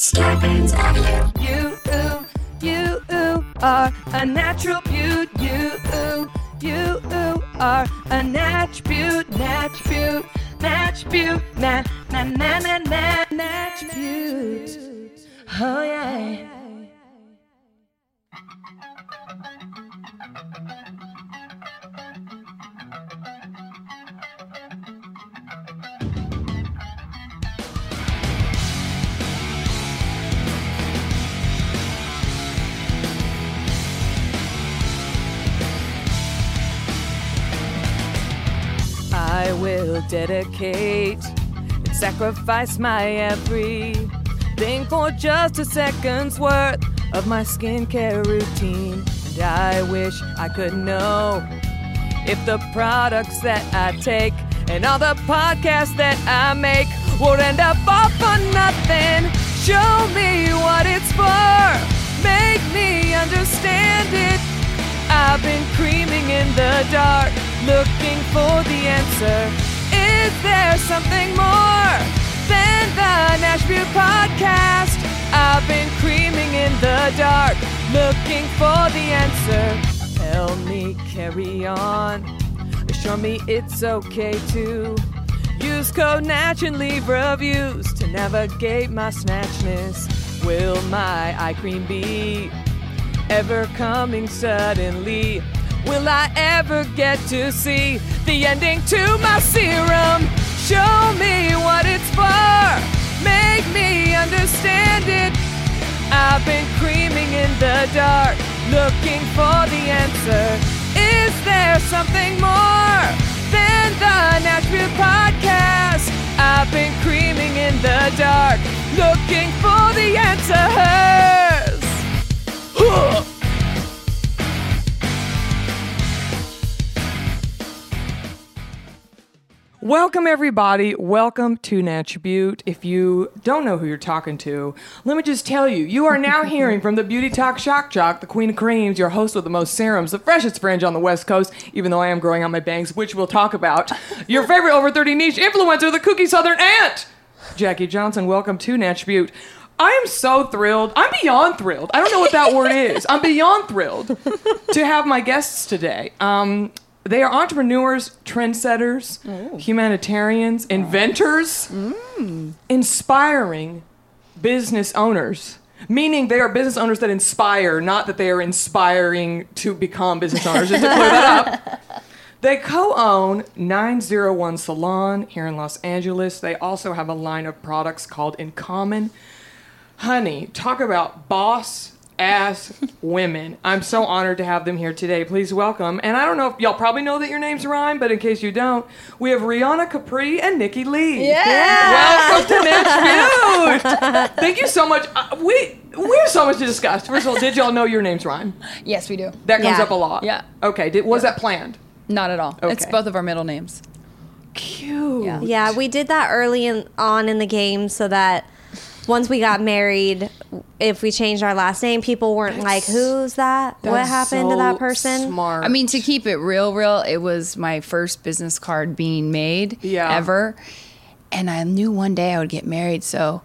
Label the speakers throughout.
Speaker 1: Scorpions Avenue.
Speaker 2: You, ooh, you, ooh, are a natural beaut. You, ooh, you, ooh, are a natch beaut, natch beaut, natch beaut, na, na, na, na, na, natch beaut. Oh, yeah. I will dedicate and sacrifice my everything for just a second's worth of my skincare routine. And I wish I could know if the products that I take and all the podcasts that I make won't end up all for nothing. Show me what it's for, make me understand it. I've been creaming in the dark, looking for the answer. Is there something more than the Nashville podcast? I've been creaming in the dark, looking for the answer. Tell me, carry on. Assure me it's okay to use code Natch and leave reviews to navigate my snatchness. Will my eye cream be ever coming suddenly. Will I ever get to see the ending to my serum? Show me what it's for, make me understand it. I've been creaming in the dark, looking for the answer. Is there something more than the Nashville podcast? I've been creaming in the dark, looking for the answers. Welcome, everybody. Welcome to Natribute. If you don't know who you're talking to, let me just tell you you are now hearing from the Beauty Talk Shock Jock, the Queen of Creams, your host with the most serums, the freshest fringe on the West Coast, even though I am growing out my bangs, which we'll talk about. Your favorite over 30 niche influencer, the Cookie Southern Aunt, Jackie Johnson. Welcome to Natribute. I am so thrilled. I'm beyond thrilled. I don't know what that word is. I'm beyond thrilled to have my guests today. Um, they are entrepreneurs, trendsetters, humanitarians, inventors, inspiring business owners. Meaning they are business owners that inspire, not that they are inspiring to become business owners. Just to clear that up. They co own 901 Salon here in Los Angeles. They also have a line of products called In Common. Honey, talk about boss ass women. I'm so honored to have them here today. Please welcome. And I don't know if y'all probably know that your names rhyme, but in case you don't, we have Rihanna Capri and Nikki Lee. Welcome to Nashville. Thank you so much. Uh, we we have so much to discuss. First of all, did y'all know your names rhyme?
Speaker 3: Yes, we do.
Speaker 2: That comes
Speaker 4: Yeah.
Speaker 2: up a lot.
Speaker 3: Yeah.
Speaker 2: Okay. Did, was that planned?
Speaker 3: Not at all. It's
Speaker 2: Okay.
Speaker 3: both of our middle names.
Speaker 2: Cute.
Speaker 3: Yeah.
Speaker 4: Yeah, we did that early in, on in the game so that once we got married, if we changed our last name, people weren't like, "Who's that? What
Speaker 2: That's
Speaker 4: happened to
Speaker 2: so
Speaker 4: that person?"
Speaker 2: Smart.
Speaker 3: I mean, to keep it real, real, it was my first business card being made
Speaker 2: Yeah.
Speaker 3: ever. And I knew one day I would get married, so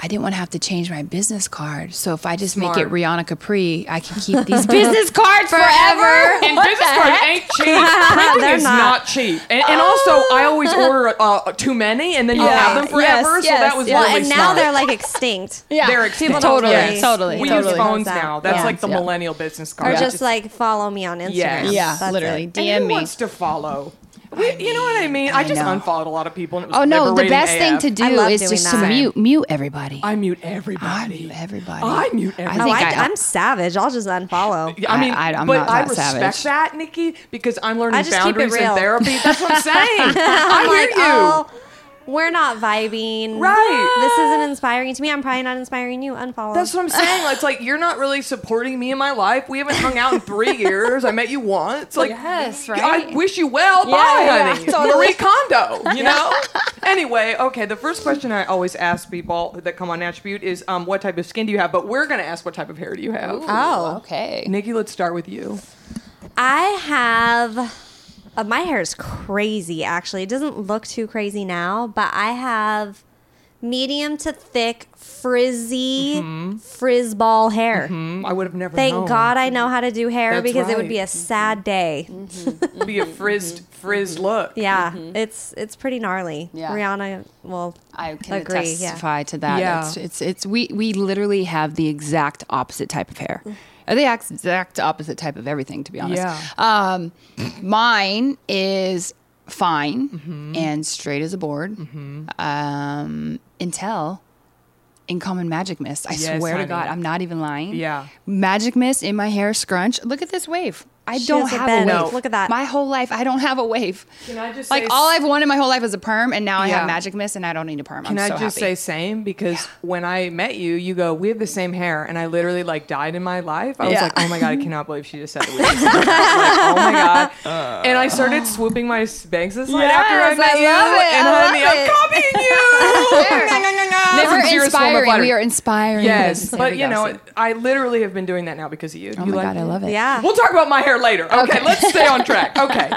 Speaker 3: I didn't want to have to change my business card. So if I just make
Speaker 2: Smart.
Speaker 3: it Rihanna Capri, I can keep these business cards forever.
Speaker 2: And business cards ain't cheap. Printing
Speaker 4: They're
Speaker 2: is not.
Speaker 4: not.
Speaker 2: cheap. And, and also, I always order uh, too many, and then you
Speaker 3: Oh. Yeah.
Speaker 2: have them
Speaker 3: Yes,
Speaker 2: forever. so
Speaker 3: yes,
Speaker 2: that was
Speaker 3: yes.
Speaker 2: really
Speaker 4: well, and now
Speaker 2: smart.
Speaker 4: they're like extinct.
Speaker 3: Yeah.
Speaker 2: They're extinct.
Speaker 4: don't
Speaker 3: Totally,
Speaker 4: really-
Speaker 3: totally,
Speaker 2: We
Speaker 3: totally.
Speaker 2: use phones
Speaker 4: Yeah.
Speaker 2: now. That's
Speaker 3: Yeah.
Speaker 2: like the
Speaker 3: Yeah.
Speaker 2: millennial business
Speaker 4: Or
Speaker 2: card.
Speaker 4: just like follow me on Instagram.
Speaker 2: Yes. Yeah,
Speaker 4: That's
Speaker 3: literally.
Speaker 4: it.
Speaker 3: DM
Speaker 2: and who
Speaker 3: me.
Speaker 2: wants to follow? We, you know what I mean? I, just
Speaker 3: know.
Speaker 2: unfollowed a lot of people. And it was
Speaker 3: Oh no, the
Speaker 2: liberating
Speaker 3: best thing
Speaker 2: AF.
Speaker 3: to do
Speaker 4: I love
Speaker 3: is
Speaker 4: doing
Speaker 3: just to
Speaker 4: that.
Speaker 3: mute mute everybody.
Speaker 2: I mute everybody.
Speaker 3: I mute everybody.
Speaker 2: I mute
Speaker 3: I
Speaker 2: everybody.
Speaker 4: Oh,
Speaker 3: think
Speaker 4: I,
Speaker 3: I-
Speaker 4: am savage. I'll just unfollow.
Speaker 2: Yeah, I mean,
Speaker 3: I- I- I'm
Speaker 2: but
Speaker 3: not
Speaker 2: I
Speaker 3: that
Speaker 2: respect
Speaker 3: savage.
Speaker 2: that, Nikki, because I'm learning
Speaker 4: I just keep it
Speaker 2: boundaries in
Speaker 4: real.
Speaker 2: therapy. That's what I'm saying. I
Speaker 4: I'm
Speaker 2: hear
Speaker 4: like,
Speaker 2: you.
Speaker 4: oh, we're not vibing.
Speaker 2: Right.
Speaker 4: This isn't inspiring to me. I'm probably not inspiring you. Unfollow.
Speaker 2: That's what I'm saying. Like, it's like you're not really supporting me in my life. We haven't hung out in three years. I met you once. Like,
Speaker 5: Yes,
Speaker 2: I
Speaker 5: right?
Speaker 2: wish you well. Bye, honey. Marie Kondo. You know. anyway, okay. The first question I always ask people that come on Attribute is, um, what type of skin do you have? But we're gonna ask what type of hair do you have.
Speaker 4: Oh.
Speaker 5: okay.
Speaker 2: Nikki, let's start with you.
Speaker 4: I have. Uh, my hair is crazy, actually. It doesn't look too crazy now, but I have medium to thick, frizzy,
Speaker 2: Mm-hmm.
Speaker 4: frizz ball hair.
Speaker 2: Mm, I would have never.
Speaker 4: Thank
Speaker 2: known.
Speaker 4: God I know how to do hair
Speaker 2: That's
Speaker 4: because it
Speaker 2: right.
Speaker 4: would
Speaker 2: Mm-hmm.
Speaker 4: be a sad day.
Speaker 5: Mm-hmm.
Speaker 2: It'd be a frizzed, frizzed look.
Speaker 4: Yeah, it's it's pretty gnarly.
Speaker 5: Yeah.
Speaker 4: Rihanna will
Speaker 5: I can
Speaker 4: agree. Yeah.
Speaker 5: testify to that.
Speaker 2: Yeah.
Speaker 5: It's, it's it's we we literally have the exact opposite type of hair. Or the ex- exact opposite type of everything, to be honest.
Speaker 2: Yeah.
Speaker 5: Um, mine is fine
Speaker 2: Mm-hmm.
Speaker 5: and straight as a board. Um, until in common magic mist. I
Speaker 2: Yes,
Speaker 5: swear
Speaker 2: honey.
Speaker 5: to God, I'm not even lying.
Speaker 2: Yeah.
Speaker 5: Magic mist in my hair scrunch. Look at this wave. I
Speaker 4: She
Speaker 5: don't
Speaker 4: has a
Speaker 5: have
Speaker 4: bend.
Speaker 5: a wave.
Speaker 4: Look at that.
Speaker 5: My whole life, I don't have a wave.
Speaker 2: Can I just
Speaker 5: like
Speaker 2: say-
Speaker 5: all I've wanted my whole life is a perm, and now I
Speaker 2: Yeah.
Speaker 5: have magic mist, and I don't need a perm.
Speaker 2: Can
Speaker 5: I'm
Speaker 2: I
Speaker 5: so
Speaker 2: just say
Speaker 5: happy.
Speaker 2: same? Because when I met you, you go, we have the same hair, and I literally like died in my life. I was
Speaker 5: Yeah.
Speaker 2: like, oh my god, I cannot believe she just said that. we have the same hair." Like, oh my god! and I started swooping my bangs this night after I
Speaker 5: Uh. Yes,
Speaker 2: met
Speaker 5: I
Speaker 2: you,
Speaker 5: love it.
Speaker 2: and
Speaker 5: I love
Speaker 2: honey, I'm
Speaker 5: it.
Speaker 2: copying you.
Speaker 5: Never
Speaker 2: From Zero Storm to
Speaker 5: inspiring.
Speaker 2: Flutter.
Speaker 5: We are inspiring.
Speaker 2: Yes,
Speaker 5: this. There
Speaker 2: but
Speaker 5: we
Speaker 2: you
Speaker 5: go.
Speaker 2: know,
Speaker 5: See?
Speaker 2: I literally have been doing that now because of you.
Speaker 5: oh
Speaker 2: you
Speaker 5: my
Speaker 2: like
Speaker 5: god, I love it.
Speaker 4: Yeah.
Speaker 2: We'll talk about my hair later. Okay,
Speaker 5: Okay.
Speaker 2: let's stay on track. Okay.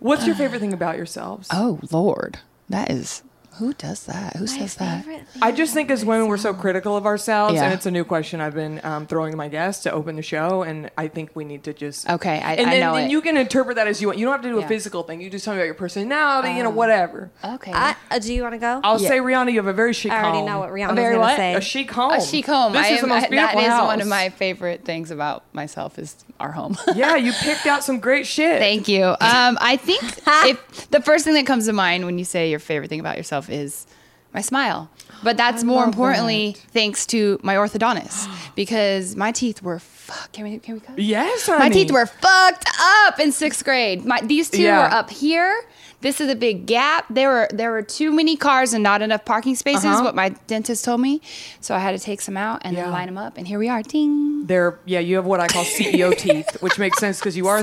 Speaker 2: What's your favorite thing about yourselves?
Speaker 5: Oh lord, that is who does that? Who says that?
Speaker 2: I just think as women, we're so critical of ourselves,
Speaker 5: Yeah.
Speaker 2: and it's a new question I've been um, throwing to my guests to open the show, and I think we need to just
Speaker 5: Okay, I-
Speaker 2: and
Speaker 5: I
Speaker 2: then,
Speaker 5: know
Speaker 2: and
Speaker 5: it.
Speaker 2: you can interpret that as you want. You don't have to do a
Speaker 5: Yeah. Um,
Speaker 2: physical thing. You just tell me about your personality, you know, whatever.
Speaker 5: Okay.
Speaker 4: I, uh, do you want to go?
Speaker 2: I'll
Speaker 5: Yeah.
Speaker 2: say Rihanna, you have a very chic.
Speaker 4: I already
Speaker 2: home.
Speaker 4: know what Rihanna's
Speaker 5: very
Speaker 4: going to
Speaker 5: what?
Speaker 4: say.
Speaker 2: A chic home.
Speaker 5: a chic home.
Speaker 2: This
Speaker 5: I
Speaker 2: is the
Speaker 5: am-
Speaker 2: most
Speaker 5: I-
Speaker 2: beautiful
Speaker 5: that is
Speaker 2: house.
Speaker 5: one of my favorite things about myself is our home.
Speaker 2: Yeah, you picked out some great shit.
Speaker 5: Thank you. Um, I think if the first thing that comes to mind when you say your favorite thing about yourself is my smile, but that's more
Speaker 2: love
Speaker 5: importantly thanks to my orthodontist because my teeth were fuck. Can we can we cut?
Speaker 2: yes,
Speaker 5: My
Speaker 2: honey.
Speaker 5: teeth were fucked up in sixth grade. My these two
Speaker 2: Yeah.
Speaker 5: were up here. This is a big gap. There were there were too many cars and not enough parking spaces.
Speaker 2: Uh-huh.
Speaker 5: What my dentist told me, so I had to take some out and
Speaker 2: Yeah.
Speaker 5: then line them up. And here we are. Ding.
Speaker 2: They're yeah, you have what I call CEO teeth, which makes sense because you are a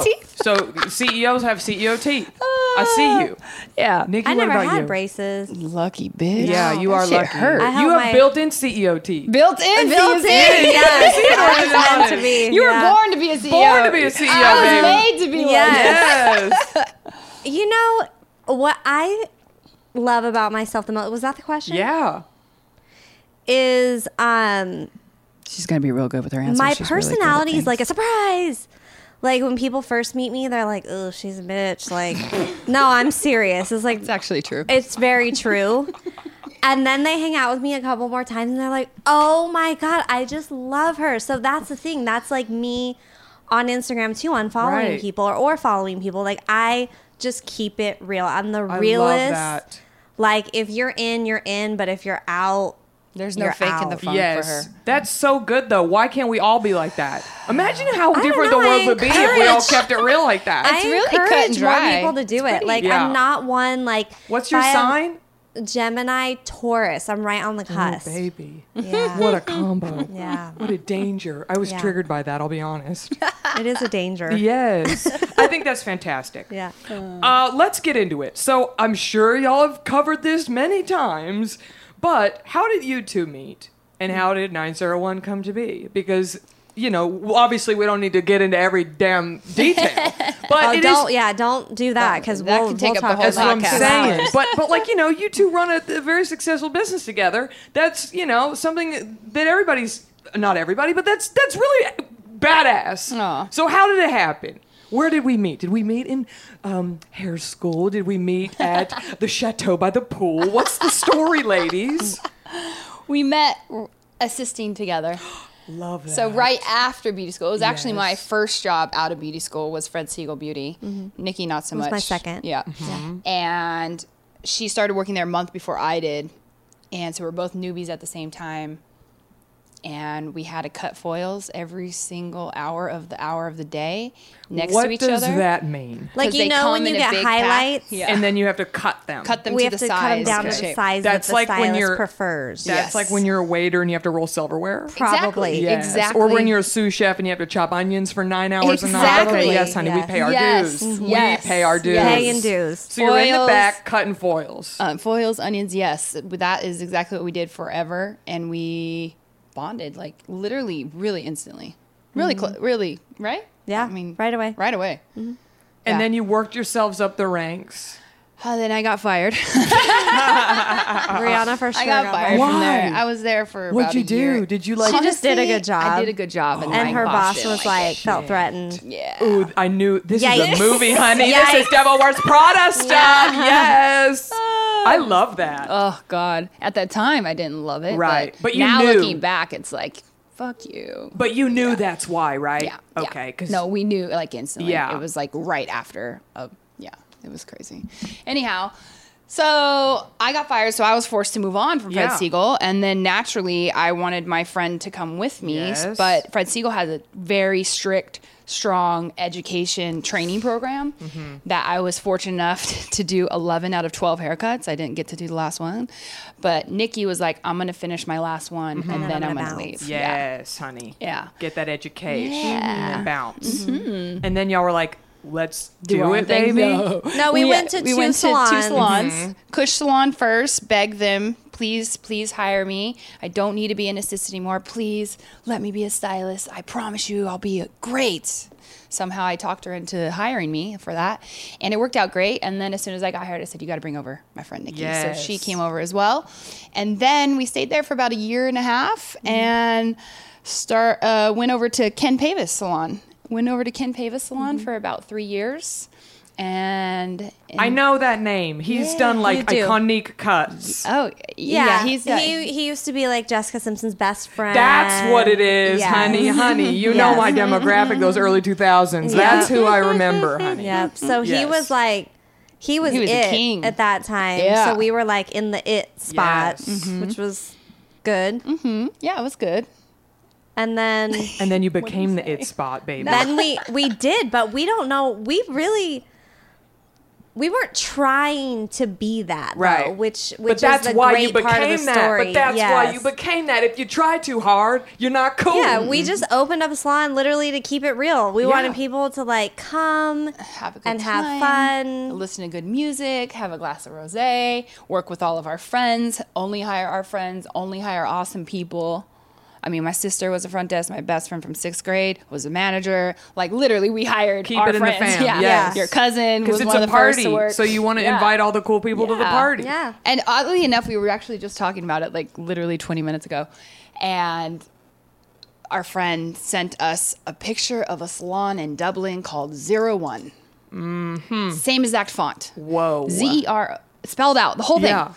Speaker 2: CEO.
Speaker 5: E teeth. Ah.
Speaker 2: So CEOs have CEO teeth. I see you,
Speaker 5: Yeah.
Speaker 2: Nikki.
Speaker 4: I
Speaker 2: what
Speaker 4: never
Speaker 2: about
Speaker 4: had
Speaker 2: you?
Speaker 4: braces.
Speaker 5: Lucky bitch.
Speaker 2: Yeah, you
Speaker 5: That
Speaker 2: are
Speaker 5: shit
Speaker 2: lucky.
Speaker 5: hurt.
Speaker 4: I-
Speaker 2: you
Speaker 4: held
Speaker 2: have
Speaker 4: my-
Speaker 2: built-in E CEO teeth.
Speaker 5: built in.
Speaker 2: E
Speaker 4: Built in.
Speaker 5: CEO.
Speaker 2: Yes.
Speaker 4: Yes. it was meant to be.
Speaker 5: You were
Speaker 4: yeah.
Speaker 5: born to be a CEO.
Speaker 2: Born to be a CEO,
Speaker 5: I
Speaker 2: baby.
Speaker 5: was made to be one.
Speaker 4: Yes.
Speaker 2: Yes.
Speaker 4: You know what I love about myself the most was that the question?
Speaker 2: yeah.
Speaker 4: Is um
Speaker 5: She's gonna be real good with her answers.
Speaker 4: my personality is like a surprise. Like when people first meet me, they're like, "Oh, she's a bitch." Like, no, I'm serious. It's like
Speaker 5: It's actually true.
Speaker 4: It's very true. and then they hang out with me a couple more times and they're like, oh my God, I just love her. So that's the thing. That's like me on Instagram too, on following
Speaker 2: Right.
Speaker 4: people or, or following people. Like I just keep it real. I'm the
Speaker 2: I
Speaker 4: realist.
Speaker 2: love that.
Speaker 4: Like if you're in, you're in, but if you're out,
Speaker 5: There's no
Speaker 4: you're
Speaker 5: fake in the
Speaker 4: out.
Speaker 5: fun
Speaker 2: Yes.
Speaker 5: for her.
Speaker 2: That's so good though. Why can't we all be like that? Imagine how different
Speaker 4: know,
Speaker 2: the world
Speaker 4: I
Speaker 2: would be if we all
Speaker 4: encourage-
Speaker 2: kept it real like that.
Speaker 5: It's
Speaker 4: I
Speaker 5: really cut and
Speaker 4: encourage more
Speaker 5: dry.
Speaker 4: people to do it. Like
Speaker 2: Yeah.
Speaker 4: I'm not one like
Speaker 2: What's your
Speaker 4: if I am
Speaker 2: sign?
Speaker 4: Gemini Taurus. I'm right on the
Speaker 2: Oh,
Speaker 4: cusp.
Speaker 2: baby.
Speaker 4: Yeah.
Speaker 2: What a combo.
Speaker 4: Yeah.
Speaker 2: What a danger. I was
Speaker 4: Yeah.
Speaker 2: triggered by that, I'll be honest.
Speaker 4: it is a danger.
Speaker 2: Yes. I think that's fantastic.
Speaker 4: Yeah.
Speaker 2: Uh, let's get into it. So I'm sure y'all have covered this many times, but how did you two meet? And how did 901 come to be? Because, you know, w- obviously we don't need to get into every damn detail. But
Speaker 4: Oh,
Speaker 2: it
Speaker 4: don't
Speaker 2: is.
Speaker 4: yeah, don't do that because
Speaker 5: That
Speaker 4: we'll,
Speaker 5: could take
Speaker 4: we'll
Speaker 5: up the
Speaker 4: talk
Speaker 5: whole
Speaker 2: That's what I'm
Speaker 4: podcast.
Speaker 2: saying. but but like you know, you two run a, a very successful business together. That's you know something that everybody's not everybody, but that's that's really badass.
Speaker 5: Aw.
Speaker 2: So how did it happen? Where did we meet? Did we meet in um, hair school? Did we meet at the chateau by the pool? What's the story, ladies?
Speaker 5: We met r- assisting together.
Speaker 2: Love that.
Speaker 5: So right after beauty school, it was actually my
Speaker 2: Yes. Mm-hmm.
Speaker 5: first job out of beauty school was Fred Siegel Beauty. Nikki, not so
Speaker 4: was
Speaker 5: much.
Speaker 4: my second.
Speaker 5: Yeah. And she started working there a month before I did, and so we're both newbies at the same time. and we had to cut foils every single hour of the hour of the day next
Speaker 2: what
Speaker 5: to each
Speaker 2: does
Speaker 5: other.
Speaker 2: that mean?
Speaker 5: 'cause
Speaker 4: Like you
Speaker 5: they
Speaker 4: know when
Speaker 5: come
Speaker 4: you
Speaker 5: in a
Speaker 4: get
Speaker 5: big pack.
Speaker 4: highlights,
Speaker 5: Yeah.
Speaker 2: And then you have to cut them.
Speaker 5: cut them
Speaker 4: we
Speaker 5: to
Speaker 4: have
Speaker 5: the
Speaker 4: to cut
Speaker 5: size.
Speaker 4: them down to
Speaker 2: Okay.
Speaker 4: the size
Speaker 2: That's
Speaker 4: that the
Speaker 2: like when
Speaker 4: stylist
Speaker 2: you're-
Speaker 4: prefers.
Speaker 2: That's
Speaker 5: Yes.
Speaker 2: like when you're a waiter and you have to roll silverware.
Speaker 4: Probably.
Speaker 5: Exactly.
Speaker 2: Yes.
Speaker 5: Exactly.
Speaker 2: Or when you're a sous chef and you have to chop onions for nine hours and
Speaker 5: Exactly.
Speaker 2: okay, yes, honey, we
Speaker 4: Yes.
Speaker 2: pay our
Speaker 5: Yes. Mm-hmm.
Speaker 2: dues.
Speaker 5: Yes.
Speaker 2: We pay our dues.
Speaker 5: Yes.
Speaker 4: Pay and dues.
Speaker 2: So you're in the
Speaker 5: Foils.
Speaker 2: back cutting foils.
Speaker 5: Uh, foils, onions, yes. That is exactly what we did forever. And we bonded like literally, really instantly. Really, clo- really, right?
Speaker 4: Mm-hmm. Yeah,
Speaker 5: I mean,
Speaker 4: right away. Mm-hmm.
Speaker 5: Right away.
Speaker 2: And
Speaker 5: yeah.
Speaker 2: then you worked yourselves up the ranks.
Speaker 5: Uh, then I got fired.
Speaker 4: Rihanna for sure.
Speaker 5: I got fired
Speaker 2: Why?
Speaker 5: from there. I was there for
Speaker 2: What'd
Speaker 5: about
Speaker 2: you
Speaker 5: a
Speaker 2: do?
Speaker 5: year.
Speaker 2: Did you, like-
Speaker 4: She just did a good
Speaker 5: I
Speaker 4: job.
Speaker 5: did a good job. And,
Speaker 4: And
Speaker 5: my
Speaker 4: her boss
Speaker 5: didn't
Speaker 4: was
Speaker 5: like,
Speaker 4: like, felt threatened.
Speaker 5: yeah.
Speaker 2: Ooh, I knew this
Speaker 4: Yikes.
Speaker 2: is a movie, honey. This is
Speaker 4: Yikes.
Speaker 2: Devil Wears Prada stuff. Yes. I love that.
Speaker 5: Oh God! At that time, I didn't love it.
Speaker 2: Right.
Speaker 5: but,
Speaker 2: But you
Speaker 5: now
Speaker 2: knew.
Speaker 5: looking back, it's like fuck you.
Speaker 2: but you knew that's why, right?
Speaker 5: Yeah. yeah.
Speaker 2: Okay. Because
Speaker 5: no, we knew like instantly.
Speaker 2: Yeah.
Speaker 5: It was like right after. A, yeah. It was crazy. Anyhow, so I got fired, so I was forced to move on from Fred
Speaker 2: Yeah.
Speaker 5: Siegel, and then naturally, I wanted my friend to come with me.
Speaker 2: Yes.
Speaker 5: But Fred Siegel has a very strict, strong education training program
Speaker 2: Mm-hmm.
Speaker 5: that I was fortunate enough to do 11 out of 12 haircuts. I didn't get to do the last one, but Nikki was like, "I'm gonna finish my last one,
Speaker 2: Mm-hmm.
Speaker 5: and then I'm
Speaker 4: I'm gonna
Speaker 5: gonna,
Speaker 4: bounce."
Speaker 5: leave."
Speaker 2: Yes, honey.
Speaker 5: Yeah. Mm-hmm.
Speaker 2: Get that education and bounce. And then y'all were like, let's do,
Speaker 5: do our own
Speaker 2: it,
Speaker 5: thing.
Speaker 2: baby.
Speaker 4: No, we went to two salons.
Speaker 5: salons. Kush salon first. Beg them, please, please hire me. I don't need to be an assistant anymore. Please let me be a stylist. I promise you, I'll be great. Somehow I talked her into hiring me for that, and it worked out great. And then as soon as I got hired, I said, "You got to bring over my friend Nikki." So she
Speaker 2: Yes.
Speaker 5: came over as well, and then we stayed there for about a year and a half, and start uh, went over to Ken Pavis Salon. Went over to Ken Pavis
Speaker 4: Mm-hmm.
Speaker 5: Salon for about three years, and
Speaker 2: I know that name. He's done like
Speaker 4: Mm. You do.
Speaker 2: iconic cuts.
Speaker 5: Oh yeah,
Speaker 4: Yeah,
Speaker 5: he's
Speaker 4: he he used to be like Jessica Simpson's best friend.
Speaker 2: That's what it is,
Speaker 4: Yes.
Speaker 2: honey, honey. You know
Speaker 4: uh, Yes.
Speaker 2: my demographic, those early 2000s. That's who I remember, honey.
Speaker 4: Yep. So he
Speaker 2: Yes.
Speaker 4: was like, he was,
Speaker 5: He was the
Speaker 4: it
Speaker 5: king.
Speaker 4: at that time.
Speaker 5: Yeah.
Speaker 4: So we were like in the it spot,
Speaker 2: Yes. Mm-hmm.
Speaker 4: which was good.
Speaker 5: Mm-hmm. yeah, it was good.
Speaker 4: And then
Speaker 2: And then you became the it spot, baby.
Speaker 4: then we we did, but we don't know. We really. We weren't trying to be that, though,
Speaker 2: Right.
Speaker 4: which which
Speaker 2: but that's
Speaker 4: is the
Speaker 2: why
Speaker 4: great
Speaker 2: you became
Speaker 4: part of the
Speaker 2: that.
Speaker 4: story.
Speaker 2: But that's why
Speaker 4: Yes.
Speaker 2: you became that. If you try too hard, you're not cool.
Speaker 4: Oh, Yeah, we just opened up a salon literally to keep it real. We wanted people to like come
Speaker 5: Have a good
Speaker 4: and
Speaker 5: time,
Speaker 4: have fun.
Speaker 5: Listen to good music. Have a glass of rosé. Work with all of our friends. Only hire our friends. Only hire awesome people. I mean, my sister was a front desk. My best friend from sixth grade was a manager. Like literally, we hired
Speaker 2: Keep
Speaker 5: our
Speaker 2: it in the
Speaker 5: friends.
Speaker 2: fam,
Speaker 5: Yeah,
Speaker 2: yes.
Speaker 5: your cousin
Speaker 2: because
Speaker 5: was
Speaker 2: it's
Speaker 5: one of
Speaker 2: a
Speaker 5: the first to
Speaker 2: party,
Speaker 5: work.
Speaker 2: so you want to
Speaker 5: Yeah.
Speaker 2: invite all the cool people to the
Speaker 5: Yeah.
Speaker 2: party.
Speaker 4: Yeah.
Speaker 5: And oddly enough, we were actually just talking about it like literally 20 minutes ago. And our friend sent us a picture of a salon in Dublin called Zero One. Mm-hmm. Same exact font.
Speaker 2: Whoa.
Speaker 5: Z E R spelled out the whole thing.
Speaker 2: Yeah.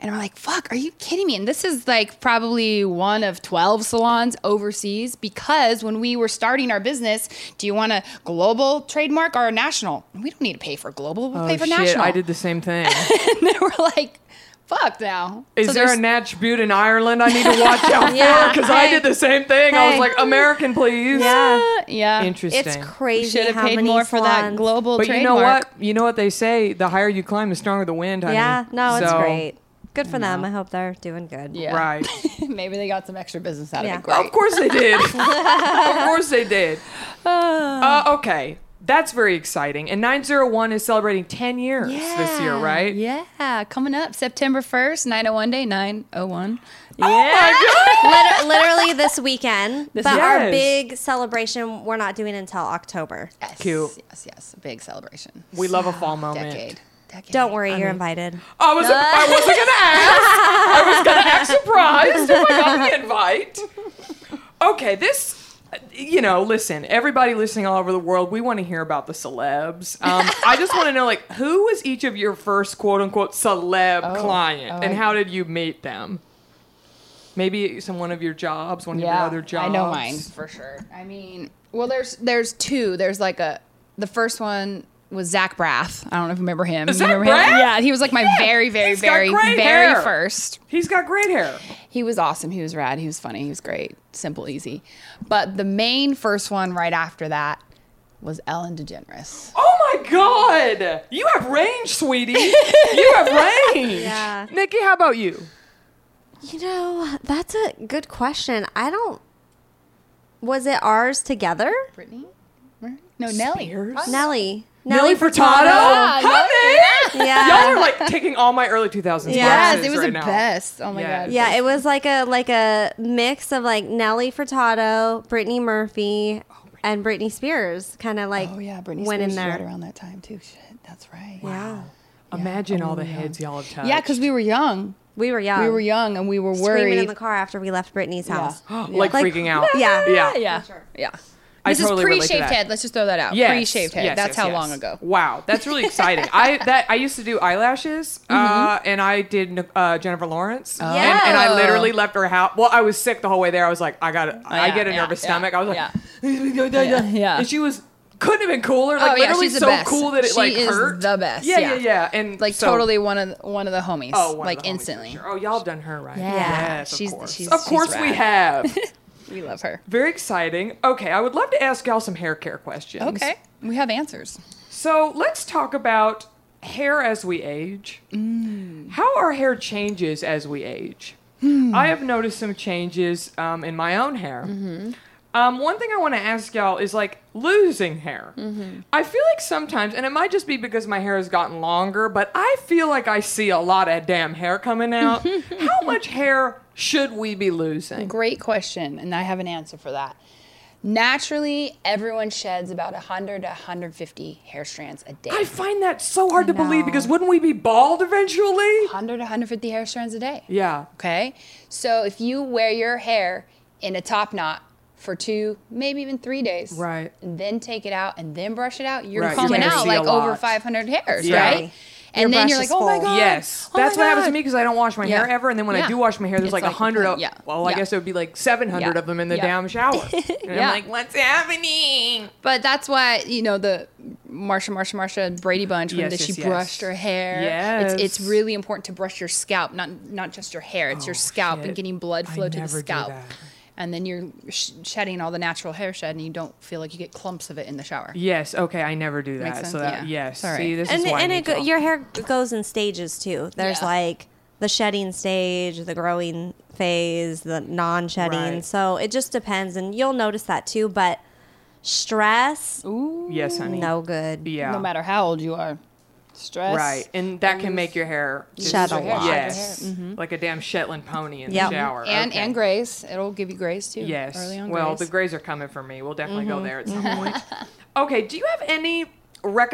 Speaker 5: And we're like, fuck, are you kidding me? And this is like probably one of 12 salons overseas because when we were starting our business, do you want a global trademark or a national? We don't need to pay for global, we'll
Speaker 2: Oh,
Speaker 5: pay for
Speaker 2: shit,
Speaker 5: national.
Speaker 2: I did the same thing.
Speaker 5: And then we're like, fuck now.
Speaker 2: Is
Speaker 5: So
Speaker 2: there a
Speaker 5: there's-
Speaker 2: Natch Butte in Ireland I need to watch out
Speaker 4: Yeah.
Speaker 2: for? Because I did the same thing. I was
Speaker 4: Hey.
Speaker 2: like, American, please.
Speaker 4: Yeah.
Speaker 5: Yeah.
Speaker 2: Interesting.
Speaker 4: It's crazy.
Speaker 5: Should have
Speaker 4: how
Speaker 5: paid
Speaker 4: many
Speaker 5: more for that
Speaker 4: salons-
Speaker 5: global
Speaker 2: But you
Speaker 5: trademark.
Speaker 2: know what? You know what they say? The higher you climb, the stronger the wind, honey.
Speaker 4: Yeah, no, it's
Speaker 2: So-
Speaker 4: great. Good for them. I hope they're doing good.
Speaker 5: Yeah.
Speaker 2: Right.
Speaker 5: Maybe they got some extra business out
Speaker 4: Yeah.
Speaker 5: of it. Great.
Speaker 2: Of course they did. of course they did.
Speaker 4: Ah.
Speaker 2: Uh, okay. That's very exciting. And 901 is celebrating 10 years this year, right?
Speaker 5: Yeah. Coming up September 1st, 901 day, 901.
Speaker 4: Liter- literally this weekend. but
Speaker 2: Yes.
Speaker 4: our big celebration, we're not doing until October.
Speaker 5: Yes.
Speaker 2: Cute.
Speaker 5: Yes, yes. A big celebration.
Speaker 2: We love a fall moment.
Speaker 5: Decade. Decade.
Speaker 4: Don't worry, you're invited.
Speaker 2: I was I wasn't gonna ask. I was gonna act surprised if I got the invite. Okay, this you know, listen, everybody listening all over the world, we want to hear about the celebs. Um, I just want to know, like, who was each of your first quote unquote celeb client
Speaker 5: oh,
Speaker 2: and
Speaker 5: I-
Speaker 2: how did you meet them? Maybe some one of your jobs, one of
Speaker 5: Yeah.
Speaker 2: your other jobs.
Speaker 5: I know mine for sure. I mean, well, there's there's two. There's like a the first one was Zach Braff. I don't know if you remember him.
Speaker 2: Zach
Speaker 5: you remember him?
Speaker 2: Braff?
Speaker 5: Yeah, he was like my very, very,
Speaker 2: he's got
Speaker 5: very,
Speaker 2: great
Speaker 5: very
Speaker 2: hair.
Speaker 5: first.
Speaker 2: He's got great hair.
Speaker 5: He was awesome. He was rad. He was funny. He was great. Simple, easy. But the main first one right after that was Ellen DeGeneres.
Speaker 2: Oh my God! You have range, sweetie. you have range.
Speaker 4: Yeah.
Speaker 2: Nikki, how about you?
Speaker 4: You know, that's a good question. I don't. Was it ours together?
Speaker 5: Brittany? No, Nelly.
Speaker 2: Spears?
Speaker 4: Nelly.
Speaker 2: Nelly Furtado.
Speaker 5: Yeah,
Speaker 2: Honey! Y'all
Speaker 4: Yeah.
Speaker 2: are like taking all my early 2000s.
Speaker 4: Yes,
Speaker 5: Yes,
Speaker 2: references
Speaker 5: it was
Speaker 2: right
Speaker 5: the
Speaker 2: now.
Speaker 5: best. Oh my
Speaker 2: Yeah.
Speaker 5: god.
Speaker 4: Yeah, it was like a like a mix of like Nelly Furtado, Brittany Murphy, and Britney Spears. Kind of like
Speaker 5: Oh yeah, Brittany
Speaker 4: went
Speaker 5: Spears
Speaker 4: in
Speaker 5: was right
Speaker 4: there.
Speaker 5: around that time too. Shit, that's right. Oh,
Speaker 4: Wow.
Speaker 2: Imagine all the heads y'all have touched.
Speaker 5: Yeah, because we were young.
Speaker 4: We were young.
Speaker 5: We were young and we were
Speaker 4: Screaming
Speaker 5: worried.
Speaker 4: in the car after we left Britney's house.
Speaker 5: Yeah.
Speaker 2: like,
Speaker 4: Like-
Speaker 2: freaking out.
Speaker 4: Yeah.
Speaker 2: Yeah.
Speaker 5: yeah, yeah.
Speaker 2: I
Speaker 5: This
Speaker 2: totally
Speaker 5: is
Speaker 2: relate to
Speaker 5: pre-shaved
Speaker 2: that.
Speaker 5: head. Let's just throw that out.
Speaker 2: Yes,
Speaker 5: Pre-shaved head.
Speaker 2: yes,
Speaker 5: That's
Speaker 2: yes,
Speaker 5: how
Speaker 2: yes.
Speaker 5: long ago.
Speaker 2: Wow, that's really exciting. I that I used to do eyelashes, uh, and I did uh, Jennifer Lawrence, and, and I
Speaker 5: Mm-hmm. Oh.
Speaker 2: literally left her house. Well, I was sick the whole way there. I was like, I got, to I
Speaker 5: yeah,
Speaker 2: get a
Speaker 5: yeah,
Speaker 2: nervous
Speaker 5: yeah,
Speaker 2: stomach. I was like,
Speaker 5: yeah.
Speaker 2: yeah.
Speaker 5: yeah.
Speaker 2: and she was couldn't have been cooler. Like
Speaker 5: Oh, yeah,
Speaker 2: literally
Speaker 5: she's the
Speaker 2: so
Speaker 5: best.
Speaker 2: cool that it
Speaker 5: She
Speaker 2: like
Speaker 5: is
Speaker 2: hurt.
Speaker 5: the best,
Speaker 2: Yeah, yeah,
Speaker 5: yeah.
Speaker 2: yeah, and
Speaker 5: Like
Speaker 2: so-
Speaker 5: totally one of the, one of the homies.
Speaker 2: Oh, one of
Speaker 5: like
Speaker 2: the homies,
Speaker 5: instantly.
Speaker 2: sure. Oh, y'all have done her right.
Speaker 5: Yeah.
Speaker 2: Yes, of
Speaker 5: She's-
Speaker 2: course.
Speaker 5: she's-
Speaker 2: of
Speaker 5: she's
Speaker 2: course we
Speaker 5: rad.
Speaker 2: have.
Speaker 5: We love her.
Speaker 2: Very exciting. Okay, I would love to ask y'all some hair care questions.
Speaker 5: Okay, we have answers.
Speaker 2: So let's talk about hair as we age. How our hair changes as we age. I have noticed some changes um, in my own hair. Um, one thing I want to ask y'all is like losing hair. I feel like sometimes, and it might just be because my hair has gotten longer, but I feel like I see a lot of damn hair coming out. How much hair should we be losing?
Speaker 5: Great question, and I have an answer for that. Naturally, everyone sheds about 100 to 150 hair strands a day.
Speaker 2: I find that so hard to believe
Speaker 5: know.
Speaker 2: because wouldn't we be bald eventually?
Speaker 5: 100 to 150 hair strands a day.
Speaker 2: Yeah.
Speaker 5: Okay. So if you wear your hair in a top knot for two, maybe even three days,
Speaker 2: Right.
Speaker 5: And then take it out and then brush it out, you're
Speaker 2: Right, you're
Speaker 5: combing
Speaker 2: gonna
Speaker 5: out
Speaker 2: see
Speaker 5: like
Speaker 2: a
Speaker 5: over
Speaker 2: lot.
Speaker 5: 500 hairs,
Speaker 2: Yeah.
Speaker 5: right? And
Speaker 4: Your
Speaker 5: then
Speaker 4: brush
Speaker 5: you're
Speaker 4: is
Speaker 5: like, oh my
Speaker 4: full.
Speaker 5: god.
Speaker 2: Yes,
Speaker 5: Oh my
Speaker 2: that's what happens to
Speaker 5: God."
Speaker 2: me because I don't wash my hair
Speaker 5: Yeah.
Speaker 2: ever, and then when I
Speaker 5: Yeah.
Speaker 2: do wash my hair, there's
Speaker 5: It's
Speaker 2: like a
Speaker 5: like,
Speaker 2: hundred.
Speaker 5: mm,
Speaker 2: of
Speaker 5: yeah,
Speaker 2: Well, I
Speaker 5: yeah.
Speaker 2: guess it would be like seven hundred
Speaker 5: Yeah,
Speaker 2: of them in the
Speaker 5: yeah.
Speaker 2: damn shower. And I'm
Speaker 5: Yeah.
Speaker 2: like, what's happening?
Speaker 5: But that's why you know the Marsha, Marsha, Marsha Brady Bunch when
Speaker 2: Yes,
Speaker 5: that she
Speaker 2: yes, yes.
Speaker 5: brushed her hair. it's, it's
Speaker 2: Yes.
Speaker 5: really important to brush your scalp, not not just your hair. It's
Speaker 2: Oh,
Speaker 5: your scalp
Speaker 2: shit.
Speaker 5: and getting blood
Speaker 2: I
Speaker 5: flow to the
Speaker 2: never do
Speaker 5: scalp,
Speaker 2: that.
Speaker 5: and then you're sh- shedding all the natural hair shed, and you don't feel like you get clumps of it in the shower.
Speaker 2: Yes. Okay, I never do that.
Speaker 5: sense,
Speaker 2: So that
Speaker 5: yeah.
Speaker 2: yes.
Speaker 5: Sorry.
Speaker 2: See, this
Speaker 4: and
Speaker 2: is why I
Speaker 4: and
Speaker 2: need
Speaker 4: it go,
Speaker 2: y'all.
Speaker 4: your hair goes in stages too. There's
Speaker 5: Yeah.
Speaker 4: like the shedding stage, the growing phase, the non-shedding.
Speaker 2: Right.
Speaker 4: So it just depends, and you'll notice that too. But stress,
Speaker 2: yes, honey.
Speaker 4: no good.
Speaker 2: Yeah.
Speaker 5: No matter how old you are, stress.
Speaker 2: Right, and that can make your hair just-
Speaker 4: Shed a lot.
Speaker 2: Yes,
Speaker 5: Mm-hmm.
Speaker 2: like a damn Shetland pony in
Speaker 4: Yep.
Speaker 2: the shower.
Speaker 5: And
Speaker 2: okay.
Speaker 5: and grays, it'll give you grays too.
Speaker 2: Yes.
Speaker 5: Early on
Speaker 2: well,
Speaker 5: grays.
Speaker 2: the grays are coming for me. We'll definitely go there at some point. Okay. Do you have any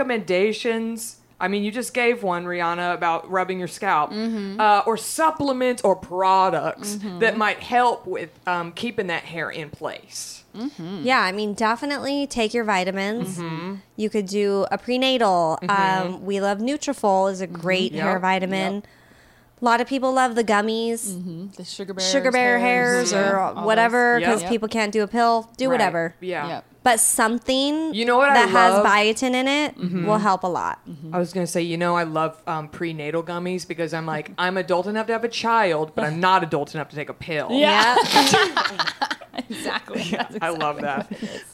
Speaker 2: recommendations? I mean, you just gave one, Rihanna, about rubbing your scalp, uh, or supplements or products that might help with um, keeping that hair in place.
Speaker 4: Yeah, I mean, definitely take your vitamins.
Speaker 2: Mm-hmm.
Speaker 4: You could do a prenatal. Um, we love Nutrafol is a great hair
Speaker 2: Mm-hmm. Yep,
Speaker 4: vitamin. A lot of people love the gummies,
Speaker 2: Mm-hmm.
Speaker 5: the sugar bear
Speaker 4: sugar bear hairs, or whatever,
Speaker 2: Yep.
Speaker 4: because
Speaker 2: Yep.
Speaker 4: people can't do a pill. Do
Speaker 2: Right,
Speaker 4: whatever.
Speaker 2: Yeah.
Speaker 5: Yep.
Speaker 4: But something
Speaker 2: You know what I
Speaker 4: that
Speaker 2: love? Mm-hmm.
Speaker 4: has biotin in it will help a lot.
Speaker 2: I was gonna say, you know, I love um, prenatal gummies because I'm like, I'm adult enough to have a child, but I'm not adult enough to take a pill.
Speaker 5: Yeah.
Speaker 4: Yep.
Speaker 5: Exactly. That's
Speaker 2: I love that.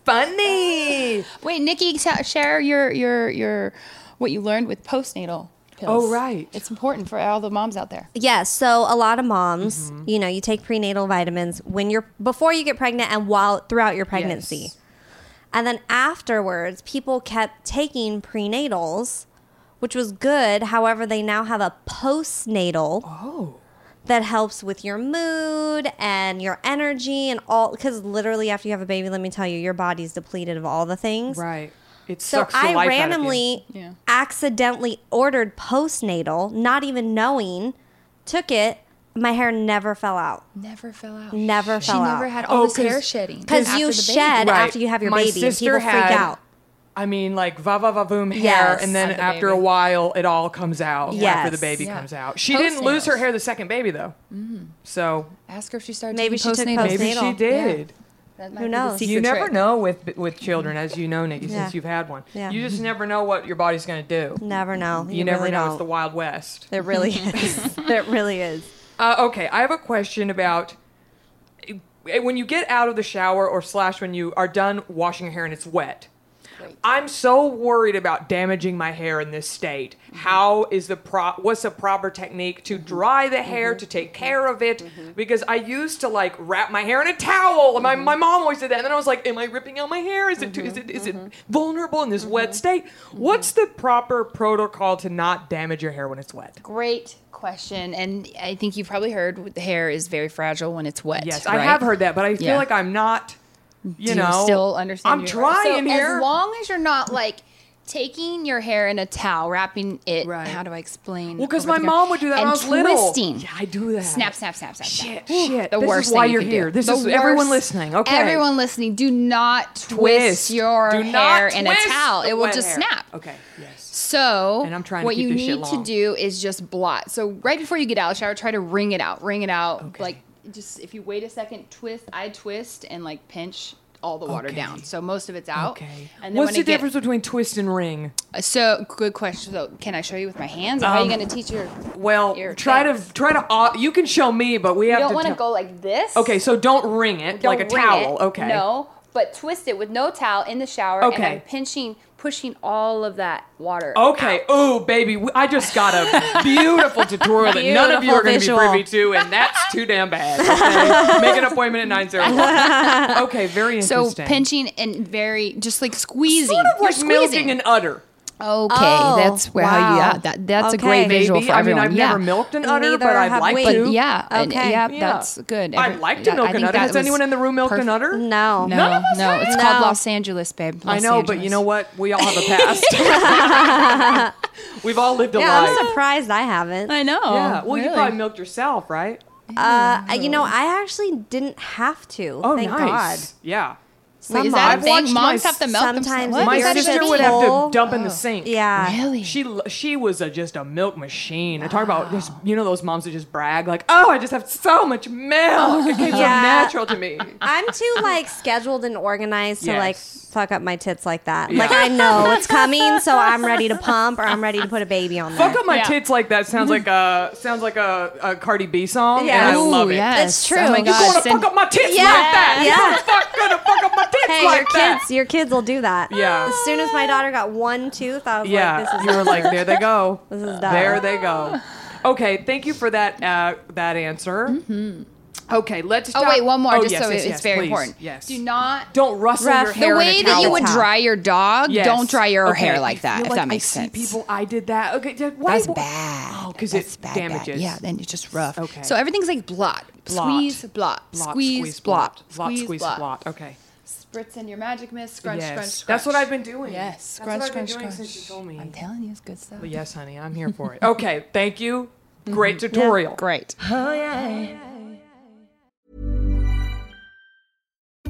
Speaker 2: Funny.
Speaker 5: Wait, Nikki, ta- share your your your what you learned with postnatal pills.
Speaker 2: Oh, right.
Speaker 5: It's important for all the moms out there.
Speaker 4: Yeah, so a lot of moms,
Speaker 2: Mm-hmm.
Speaker 4: you know, you take prenatal vitamins when you're before you get pregnant and while throughout your pregnancy.
Speaker 2: Yes.
Speaker 4: And then afterwards, people kept taking prenatals, which was good. However, they now have a postnatal that helps with your mood and your energy and all because literally after you have a baby, let me tell you, your body's depleted of all the things.
Speaker 2: Right. It
Speaker 4: So
Speaker 2: sucks the
Speaker 4: I
Speaker 2: life out of you.
Speaker 4: randomly
Speaker 5: Yeah.
Speaker 4: accidentally ordered postnatal, not even knowing, took it. My hair never fell out.
Speaker 5: Never fell out.
Speaker 4: Never
Speaker 5: She
Speaker 4: fell out.
Speaker 5: never had all
Speaker 2: Oh,
Speaker 5: this hair
Speaker 2: 'cause-
Speaker 5: shedding.
Speaker 4: 'cause
Speaker 5: after
Speaker 4: you
Speaker 5: the baby.
Speaker 4: shed-
Speaker 2: Right.
Speaker 4: after you have your
Speaker 2: My
Speaker 4: baby, and
Speaker 2: sister
Speaker 4: people freak
Speaker 2: had,
Speaker 4: out.
Speaker 2: I mean, like va va va boom hair,
Speaker 4: Yes.
Speaker 2: and then
Speaker 5: Had the
Speaker 2: after a
Speaker 5: baby.
Speaker 2: while, it all comes out after the
Speaker 4: Yes.
Speaker 2: baby
Speaker 5: Yeah.
Speaker 2: comes out. She didn't lose her
Speaker 5: Postnatals.
Speaker 2: hair the second baby though, so
Speaker 5: Ask her if she started
Speaker 4: Maybe
Speaker 5: taking
Speaker 4: she took
Speaker 5: postnatal.
Speaker 4: post-
Speaker 2: maybe she
Speaker 4: Mm-hmm. Postnatal.
Speaker 2: did.
Speaker 5: That might
Speaker 4: Who
Speaker 5: be the
Speaker 4: knows?
Speaker 5: secret
Speaker 2: you never
Speaker 5: trick.
Speaker 2: know with with children, as you know, Nikki,
Speaker 4: Yeah.
Speaker 2: since you've had one.
Speaker 4: Yeah.
Speaker 2: You just never know what your body's going to do.
Speaker 4: Never know.
Speaker 2: You, never
Speaker 4: really
Speaker 2: know.
Speaker 4: Don't.
Speaker 2: It's the Wild West.
Speaker 4: It really is. it really is.
Speaker 2: Uh, okay, I have a question about eh, when you get out of the shower or slash when you are done washing your hair and it's wet. I'm so worried about damaging my hair in this state. How is the pro- what's the proper technique to dry the hair to take care of it? Because I used to like wrap my hair in a towel. and My my mom always did that, and then I was like, am I ripping out my hair? Is it too, is it is it vulnerable in this wet state? What's the proper protocol to not damage your hair when it's wet?
Speaker 5: Great question. And I think you've probably heard the hair is very fragile when it's wet.
Speaker 2: Yes, I
Speaker 5: right?
Speaker 2: have heard that, but I feel
Speaker 5: Yeah.
Speaker 2: like I'm not. You
Speaker 5: Do
Speaker 2: know,
Speaker 5: you still understand.
Speaker 2: I'm
Speaker 5: your-
Speaker 2: trying
Speaker 5: so
Speaker 2: here.
Speaker 5: As long as you're not like taking your hair in a towel, wrapping it.
Speaker 2: Right.
Speaker 5: How do I explain?
Speaker 2: well, because
Speaker 5: over
Speaker 2: my
Speaker 5: Oh, the-
Speaker 2: mom would do that
Speaker 5: and
Speaker 2: when I was little.
Speaker 5: Twisting.
Speaker 2: Yeah, I do that.
Speaker 5: Snap, snap, snap, snap.
Speaker 2: Shit,
Speaker 5: snap.
Speaker 2: shit.
Speaker 5: The
Speaker 2: This is
Speaker 5: worst
Speaker 2: why
Speaker 5: thing you
Speaker 2: you're
Speaker 5: could
Speaker 2: here.
Speaker 5: Do.
Speaker 2: This
Speaker 5: The
Speaker 2: is- everyone
Speaker 5: worst-
Speaker 2: listening, okay.
Speaker 5: Everyone listening, do not twist,
Speaker 2: twist
Speaker 5: your
Speaker 2: Do not
Speaker 5: hair in a
Speaker 2: twist
Speaker 5: towel.
Speaker 2: the
Speaker 5: It will
Speaker 2: wet
Speaker 5: just
Speaker 2: hair.
Speaker 5: snap.
Speaker 2: Okay. Yes.
Speaker 5: So
Speaker 2: And I'm trying to
Speaker 5: what
Speaker 2: keep
Speaker 5: you
Speaker 2: this shit
Speaker 5: need
Speaker 2: long.
Speaker 5: to do is just blot. So right before you get out of the shower, try to wring it out. Wring it out. Like just if you wait a second, twist, I twist and like pinch all the water
Speaker 2: Okay.
Speaker 5: down. So most of it's out.
Speaker 2: Okay.
Speaker 5: And then
Speaker 2: What's
Speaker 5: when
Speaker 2: the
Speaker 5: it get-
Speaker 2: difference between twist and ring?
Speaker 5: so good question. So can I show you with my hands? Or how are you
Speaker 2: Um,
Speaker 5: gonna teach your
Speaker 2: Well,
Speaker 5: your
Speaker 2: try
Speaker 5: things?
Speaker 2: to try to. au- you can show me, but we
Speaker 5: You
Speaker 2: have
Speaker 5: don't
Speaker 2: to.
Speaker 5: want to
Speaker 2: tell-
Speaker 5: go like this.
Speaker 2: Okay, so don't ring it
Speaker 5: Don't
Speaker 2: like a
Speaker 5: wring
Speaker 2: towel.
Speaker 5: it.
Speaker 2: Okay.
Speaker 5: No, but twist it with no towel in the shower and
Speaker 2: Okay.
Speaker 5: I'm pinching pushing all of that water.
Speaker 2: Okay. Oh, baby, we- I just got a beautiful tutorial that none of you
Speaker 4: Beautiful
Speaker 2: are going to be
Speaker 4: visual.
Speaker 2: privy to, and that's too damn bad. Okay? Make an appointment at nine zero one. Okay, very
Speaker 5: So
Speaker 2: interesting.
Speaker 5: pinching and very just like squeezing.
Speaker 2: sort of
Speaker 5: You're
Speaker 2: like milking
Speaker 5: squeezing.
Speaker 2: an udder.
Speaker 5: Okay,
Speaker 4: Oh,
Speaker 5: that's where how you
Speaker 4: wow.
Speaker 5: yeah, that that's a
Speaker 4: Okay.
Speaker 5: great visual
Speaker 2: Maybe.
Speaker 5: for
Speaker 2: I mean,
Speaker 5: everyone.
Speaker 2: I've
Speaker 5: yeah.
Speaker 2: never milked an udder,
Speaker 4: Neither
Speaker 2: but I'd
Speaker 4: have
Speaker 2: like
Speaker 4: we.
Speaker 2: to.
Speaker 4: But
Speaker 5: yeah, and,
Speaker 4: Okay.
Speaker 5: yeah,
Speaker 2: Yeah.
Speaker 5: that's good.
Speaker 2: I'd
Speaker 5: Every-
Speaker 2: like to
Speaker 5: I-
Speaker 2: milk
Speaker 5: I
Speaker 2: an
Speaker 5: think
Speaker 2: udder.
Speaker 5: that
Speaker 2: Has anyone
Speaker 5: was
Speaker 2: in the room milked an
Speaker 5: perfect.
Speaker 2: udder?
Speaker 4: No.
Speaker 5: No,
Speaker 2: None of us
Speaker 5: no,
Speaker 2: have.
Speaker 5: it's called
Speaker 4: No.
Speaker 5: Los Angeles, babe.
Speaker 2: I
Speaker 5: Los
Speaker 2: know, but you
Speaker 5: Angeles.
Speaker 2: know what? We all have a past. We've all lived a
Speaker 4: Yeah,
Speaker 2: life.
Speaker 4: I'm surprised I haven't.
Speaker 5: I know.
Speaker 2: yeah. Well, you
Speaker 5: really.
Speaker 2: probably milked yourself, right?
Speaker 4: Uh, I- you know, I actually didn't have to.
Speaker 2: Oh,
Speaker 4: thank
Speaker 2: nice. Yeah.
Speaker 4: God.
Speaker 5: Wait, is
Speaker 4: Some
Speaker 5: that
Speaker 2: I've
Speaker 5: a
Speaker 4: moms-
Speaker 2: watched
Speaker 5: thing?
Speaker 2: my
Speaker 5: Moms have to milk
Speaker 4: sometimes
Speaker 5: themselves. What
Speaker 2: My
Speaker 5: does
Speaker 4: Yours
Speaker 5: that
Speaker 2: sister
Speaker 4: is
Speaker 5: mean?
Speaker 2: would have to
Speaker 4: full.
Speaker 2: dump in the sink.
Speaker 4: Yeah.
Speaker 5: Oh. Really?
Speaker 2: She l- she was a, just a milk machine. I talk
Speaker 4: Ah.
Speaker 2: about just you know those moms that just brag like, oh, I just have so much
Speaker 5: Oh.
Speaker 2: milk. It came so
Speaker 4: Yeah.
Speaker 2: natural to me.
Speaker 4: I'm too like scheduled and organized to like
Speaker 2: Yes.
Speaker 4: fuck up my tits like that.
Speaker 2: Yeah.
Speaker 4: Like I know it's coming, so I'm ready to pump or I'm ready to put a baby on there.
Speaker 2: Fuck up my
Speaker 5: Yeah.
Speaker 2: tits like that sounds like a sounds like a, a Cardi B song.
Speaker 4: Yeah.
Speaker 2: and I
Speaker 4: Ooh,
Speaker 2: love it.
Speaker 5: yes.
Speaker 4: It's true.
Speaker 5: Oh my
Speaker 4: You
Speaker 2: You
Speaker 5: God.
Speaker 2: gonna
Speaker 5: send-
Speaker 2: fuck up my tits
Speaker 4: Yeah.
Speaker 2: like that?
Speaker 4: Yeah.
Speaker 2: You gonna fuck, gonna fuck up my tits
Speaker 4: Hey,
Speaker 2: like
Speaker 4: your
Speaker 2: that?
Speaker 4: kids, your kids will do that.
Speaker 2: Yeah.
Speaker 4: As soon as my daughter got one tooth, I was
Speaker 2: Yeah,
Speaker 4: like, "This is
Speaker 2: you were like, there they go.
Speaker 4: This is dumb.
Speaker 2: there they go. Okay, thank you for that uh, that answer.
Speaker 4: Mm-hmm.
Speaker 2: Okay, let's.
Speaker 5: Oh
Speaker 2: talk-
Speaker 5: wait, one more,
Speaker 2: Oh,
Speaker 5: just
Speaker 2: yes,
Speaker 5: so
Speaker 2: yes,
Speaker 5: it's
Speaker 2: yes,
Speaker 5: very
Speaker 2: please,
Speaker 5: important.
Speaker 2: Yes.
Speaker 5: Do not
Speaker 2: Don't rustle your
Speaker 4: Rough-
Speaker 2: hair.
Speaker 5: the
Speaker 2: in
Speaker 5: way
Speaker 2: a
Speaker 5: that you
Speaker 2: towel.
Speaker 5: would
Speaker 4: towel.
Speaker 5: dry your dog,
Speaker 2: Yes.
Speaker 5: don't dry your
Speaker 2: Okay.
Speaker 5: hair like
Speaker 2: I
Speaker 5: that,
Speaker 2: feel
Speaker 5: if
Speaker 2: like
Speaker 5: that makes
Speaker 2: I
Speaker 5: sense.
Speaker 2: See people, I did that. Okay, did- why,
Speaker 5: That's
Speaker 2: why-
Speaker 5: bad.
Speaker 2: Oh, because
Speaker 5: That's
Speaker 2: it damages.
Speaker 5: Bad. Yeah, then it's just rough.
Speaker 2: Okay.
Speaker 5: So everything's like blot,
Speaker 2: Blot.
Speaker 5: squeeze, blot,
Speaker 2: Blot,
Speaker 5: squeeze, blot,
Speaker 2: blot, squeeze, blot. Okay.
Speaker 5: Spritz in your magic mist, scrunch,
Speaker 2: yes.
Speaker 5: scrunch, scrunch.
Speaker 2: That's what I've been doing.
Speaker 5: Yes,
Speaker 2: That's what
Speaker 5: scrunch,
Speaker 2: I've been
Speaker 5: scrunch,
Speaker 2: doing
Speaker 5: scrunch.
Speaker 2: since you told me.
Speaker 5: I'm telling you, it's good stuff.
Speaker 2: Yes, honey, I'm here for it. Okay, thank you. Great tutorial.
Speaker 5: Mm-hmm. Great.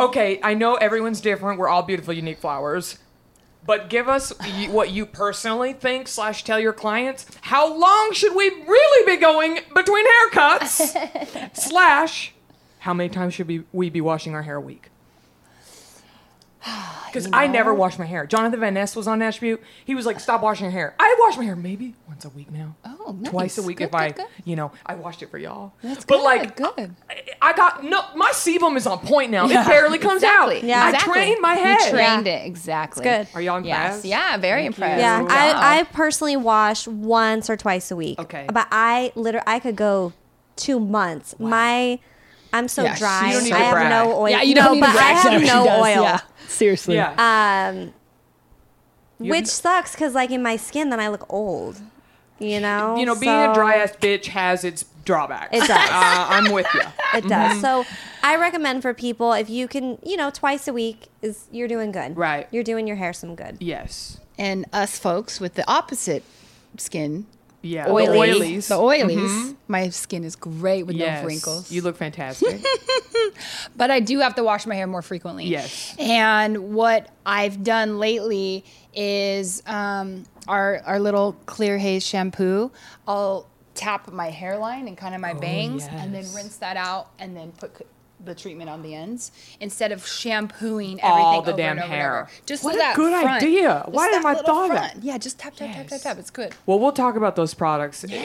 Speaker 2: Okay, I know everyone's different. We're all beautiful, unique flowers. But give us y- what you personally think slash tell your clients. How long should we really be going between haircuts? slash, how many times should we, we be washing our hair a week? Because I never wash my hair. Jonathan Van Ness was on Attribute. He was like, "Stop washing your hair." I wash my hair maybe once a week now.
Speaker 5: Oh,
Speaker 2: twice a
Speaker 5: nice.
Speaker 2: week
Speaker 5: Good,
Speaker 2: if
Speaker 5: good,
Speaker 2: I,
Speaker 5: good.
Speaker 2: you know, I washed it for y'all.
Speaker 5: That's
Speaker 2: but
Speaker 5: good,
Speaker 2: like,
Speaker 5: good.
Speaker 2: I, I got no. My sebum is on point now. It barely comes out.
Speaker 5: Exactly.
Speaker 2: I
Speaker 5: Exactly.
Speaker 2: trained my
Speaker 5: You
Speaker 2: head.
Speaker 5: trained it exactly.
Speaker 4: It's good.
Speaker 2: Are y'all impressed?
Speaker 5: Yes. Yeah, very impressed.
Speaker 4: Yeah,
Speaker 5: Good job.
Speaker 4: I, I personally wash once or twice a week.
Speaker 2: Okay.
Speaker 4: but I literally I could go two months. My I'm so
Speaker 5: Yeah,
Speaker 4: dry.
Speaker 5: you don't need
Speaker 4: I
Speaker 2: to
Speaker 4: have
Speaker 2: brag.
Speaker 4: no oil.
Speaker 5: Yeah, you
Speaker 4: no,
Speaker 5: don't need
Speaker 4: but
Speaker 5: to
Speaker 4: I
Speaker 5: brag.
Speaker 4: have
Speaker 5: She
Speaker 4: no
Speaker 5: does,
Speaker 4: oil, Um,
Speaker 5: yeah. Seriously.
Speaker 2: Yeah. You-
Speaker 4: which sucks because like in my skin, then I look old. You know,
Speaker 2: you know, being a
Speaker 4: So-
Speaker 2: dry ass bitch has its drawbacks.
Speaker 4: It does.
Speaker 2: Uh, I'm with you.
Speaker 4: It
Speaker 5: Mm-hmm.
Speaker 4: does. So I recommend for people if you can, you know, twice a week is you're doing good.
Speaker 2: Right.
Speaker 4: You're doing your hair some good.
Speaker 2: Yes.
Speaker 5: and us folks with the opposite skin.
Speaker 2: Yeah.
Speaker 5: Oily.
Speaker 2: The oilies. Mm-hmm.
Speaker 5: The oilies. My skin is great with
Speaker 2: Yes.
Speaker 5: no wrinkles.
Speaker 2: You look fantastic.
Speaker 5: but I do have to wash my hair more frequently.
Speaker 2: Yes.
Speaker 5: And what I've done lately is um, our our little clear haze shampoo. I'll tap my hairline and kind of my bangs, and then
Speaker 2: Oh, yes.
Speaker 5: rinse that out, and then put. c- The treatment on the ends instead of shampooing
Speaker 2: All
Speaker 5: everything
Speaker 2: the
Speaker 5: over and
Speaker 2: damn
Speaker 5: over and
Speaker 2: hair.
Speaker 5: over. Just
Speaker 2: What
Speaker 5: to
Speaker 2: a
Speaker 5: that
Speaker 2: good
Speaker 5: front.
Speaker 2: idea.
Speaker 5: Just
Speaker 2: Why didn't I
Speaker 5: little
Speaker 2: thaw that?
Speaker 5: front. Yeah, just tap tap tap tap
Speaker 2: Yes.
Speaker 5: tap. It's good.
Speaker 2: well, we'll talk about those products uh,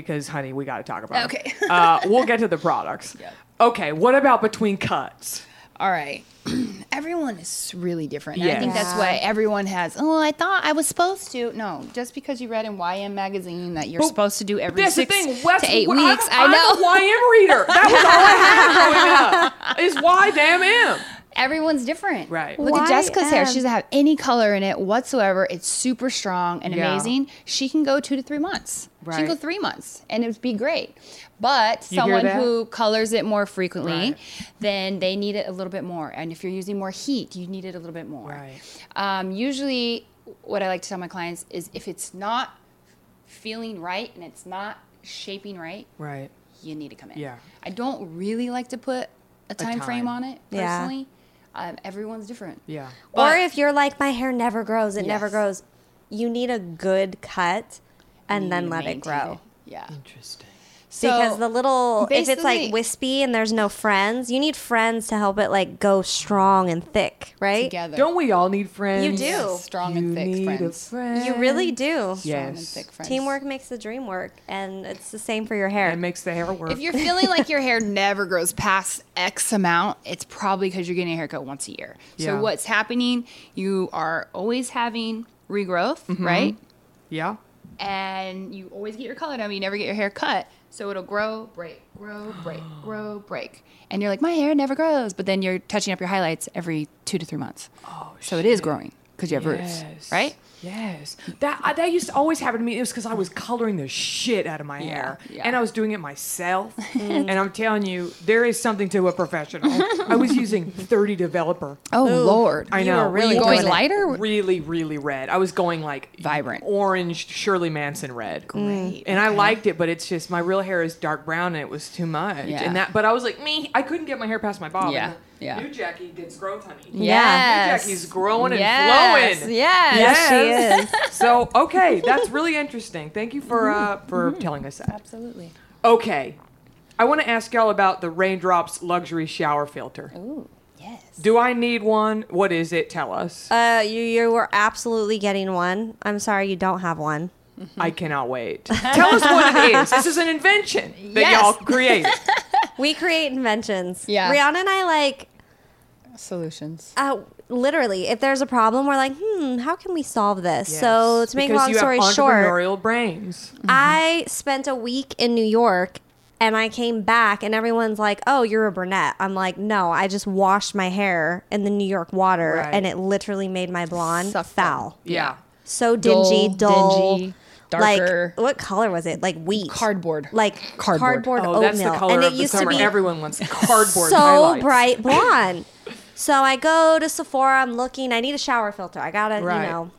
Speaker 2: because, honey, we got to talk about. 'em.
Speaker 5: Okay.
Speaker 2: uh, we'll get to the products. Okay. What about between cuts?
Speaker 5: all right everyone is really different And i think
Speaker 2: Yes.
Speaker 5: that's why everyone has oh i thought i was supposed to no just because you read in ym magazine that you're
Speaker 2: Well,
Speaker 5: supposed to do every
Speaker 2: That's
Speaker 5: six
Speaker 2: the thing. West,
Speaker 5: to eight
Speaker 2: I'm-
Speaker 5: weeks i
Speaker 2: I'm
Speaker 5: know
Speaker 2: a YM reader. That was all I had growing up. Is Y damn M.
Speaker 5: everyone's different
Speaker 2: Right.
Speaker 5: look at jessica's hair
Speaker 4: YM.
Speaker 5: she doesn't have any color in it whatsoever it's super strong and
Speaker 2: Yeah.
Speaker 5: amazing she can go two to three months she
Speaker 2: Right.
Speaker 5: can go three months and it would be great but
Speaker 2: You hear
Speaker 5: someone
Speaker 2: that?
Speaker 5: who colors it more frequently
Speaker 2: Right.
Speaker 5: then they need it a little bit more and if you're using more heat you need it a little bit more
Speaker 2: Right.
Speaker 5: Um, usually, what I like to tell my clients is if it's not feeling right and it's not shaping right,
Speaker 2: Right.
Speaker 5: you need to come in.
Speaker 2: Yeah.
Speaker 5: I don't really like to put a time, frame
Speaker 2: time.
Speaker 5: on it
Speaker 4: Yeah.
Speaker 5: personally. Um, everyone's different.
Speaker 2: Yeah.
Speaker 4: or if you're like, my hair never grows, it never
Speaker 5: Yes.
Speaker 4: grows, you need a good cut and then
Speaker 5: You
Speaker 4: let it
Speaker 5: maintain
Speaker 4: grow.
Speaker 5: Yeah.
Speaker 2: Interesting.
Speaker 5: So
Speaker 4: Because the little, if it's
Speaker 5: basically-
Speaker 4: like wispy and there's no friends, you need friends to help it like go strong and thick, right?
Speaker 5: together
Speaker 2: Don't we all need friends?
Speaker 4: do. Yes,
Speaker 5: strong and thick
Speaker 2: need a
Speaker 5: friends.
Speaker 2: friend.
Speaker 4: You really do.
Speaker 5: strong and
Speaker 2: Yes.
Speaker 5: thick friends.
Speaker 4: Teamwork makes the dream work, and it's the same for your hair.
Speaker 2: It makes the hair work.
Speaker 5: If you're feeling like your hair never grows past X amount, it's probably because you're getting a haircut once a year.
Speaker 2: Yeah.
Speaker 5: So what's happening? You are always having regrowth,
Speaker 2: Mm-hmm.
Speaker 5: right?
Speaker 2: yeah.
Speaker 5: And you always get your color done, but you never get your hair cut. So it'll grow, break, grow, break, grow, break. And you're like, my hair never grows. But then you're touching up your highlights every two to three months. Oh, so it is growing because you have roots, right?
Speaker 2: Yes. That I, that used to always happen to me. It was because I was coloring the shit out of my hair,
Speaker 5: yeah.
Speaker 2: and I was doing it myself. and I'm telling you, there is something to a professional. I was using 30 developer.
Speaker 5: Oh, Lord.
Speaker 2: I
Speaker 4: You
Speaker 2: know.
Speaker 4: were really
Speaker 2: Were
Speaker 5: going
Speaker 4: doing it.
Speaker 5: lighter?
Speaker 2: Really, really red. I was going like
Speaker 5: Vibrant.
Speaker 2: orange Shirley Manson red. Great.
Speaker 5: Mm.
Speaker 2: And I liked it, but it's just my real hair is dark brown, and it was too much.
Speaker 5: Yeah.
Speaker 2: And that, but I was like me. I couldn't get my hair past my bob.
Speaker 5: Yeah,
Speaker 2: And
Speaker 5: yeah.
Speaker 2: New Jackie gets growth, honey.
Speaker 5: Yes.
Speaker 2: New Jackie's growing and
Speaker 5: Yes,
Speaker 2: flowing.
Speaker 5: yes.
Speaker 4: Yes,
Speaker 2: she is. so okay, that's really interesting. Thank you for uh, for telling us that.
Speaker 5: Mm-hmm. Absolutely.
Speaker 2: Okay, I want to ask y'all about the Raindrops luxury shower filter.
Speaker 5: Ooh, yes.
Speaker 2: Do I need one? What is it? Tell us.
Speaker 4: Uh, you you were absolutely getting one. I'm sorry you don't have one.
Speaker 2: I cannot wait. Tell us what it is. This is an invention that
Speaker 5: Yes.
Speaker 2: y'all created.
Speaker 4: We create inventions.
Speaker 5: Yeah.
Speaker 4: Rihanna and I like
Speaker 5: Solutions.
Speaker 4: uh, literally if there's a problem we're like, "Hmm, how can we solve this?" So,
Speaker 2: Yes.
Speaker 4: to make
Speaker 2: Because
Speaker 4: a long
Speaker 2: you
Speaker 4: story
Speaker 2: have
Speaker 4: short,
Speaker 2: entrepreneurial Mm-hmm. brains.
Speaker 4: I spent a week in New York and I came back and everyone's like, "Oh, you're a brunette." I'm like, "No, I just washed my hair in the New York water
Speaker 2: Right.
Speaker 4: and it literally made my blonde
Speaker 5: Sucked them.
Speaker 4: foul."
Speaker 2: Yeah.
Speaker 4: So dingy,
Speaker 5: Dull,
Speaker 4: dull,
Speaker 5: dingy, darker.
Speaker 4: Like what color was it? Like wheat,
Speaker 5: Cardboard.
Speaker 4: like
Speaker 5: Cardboard.
Speaker 4: cardboard,
Speaker 2: Oh,
Speaker 4: oatmeal,
Speaker 2: that's the color
Speaker 4: and it
Speaker 2: of the
Speaker 4: used
Speaker 2: summer.
Speaker 4: to be
Speaker 2: Everyone wants cardboard
Speaker 4: so
Speaker 2: highlights.
Speaker 4: bright blonde. so I go to Sephora. I'm looking. I need a shower filter. I gotta,
Speaker 2: Right.
Speaker 4: you know.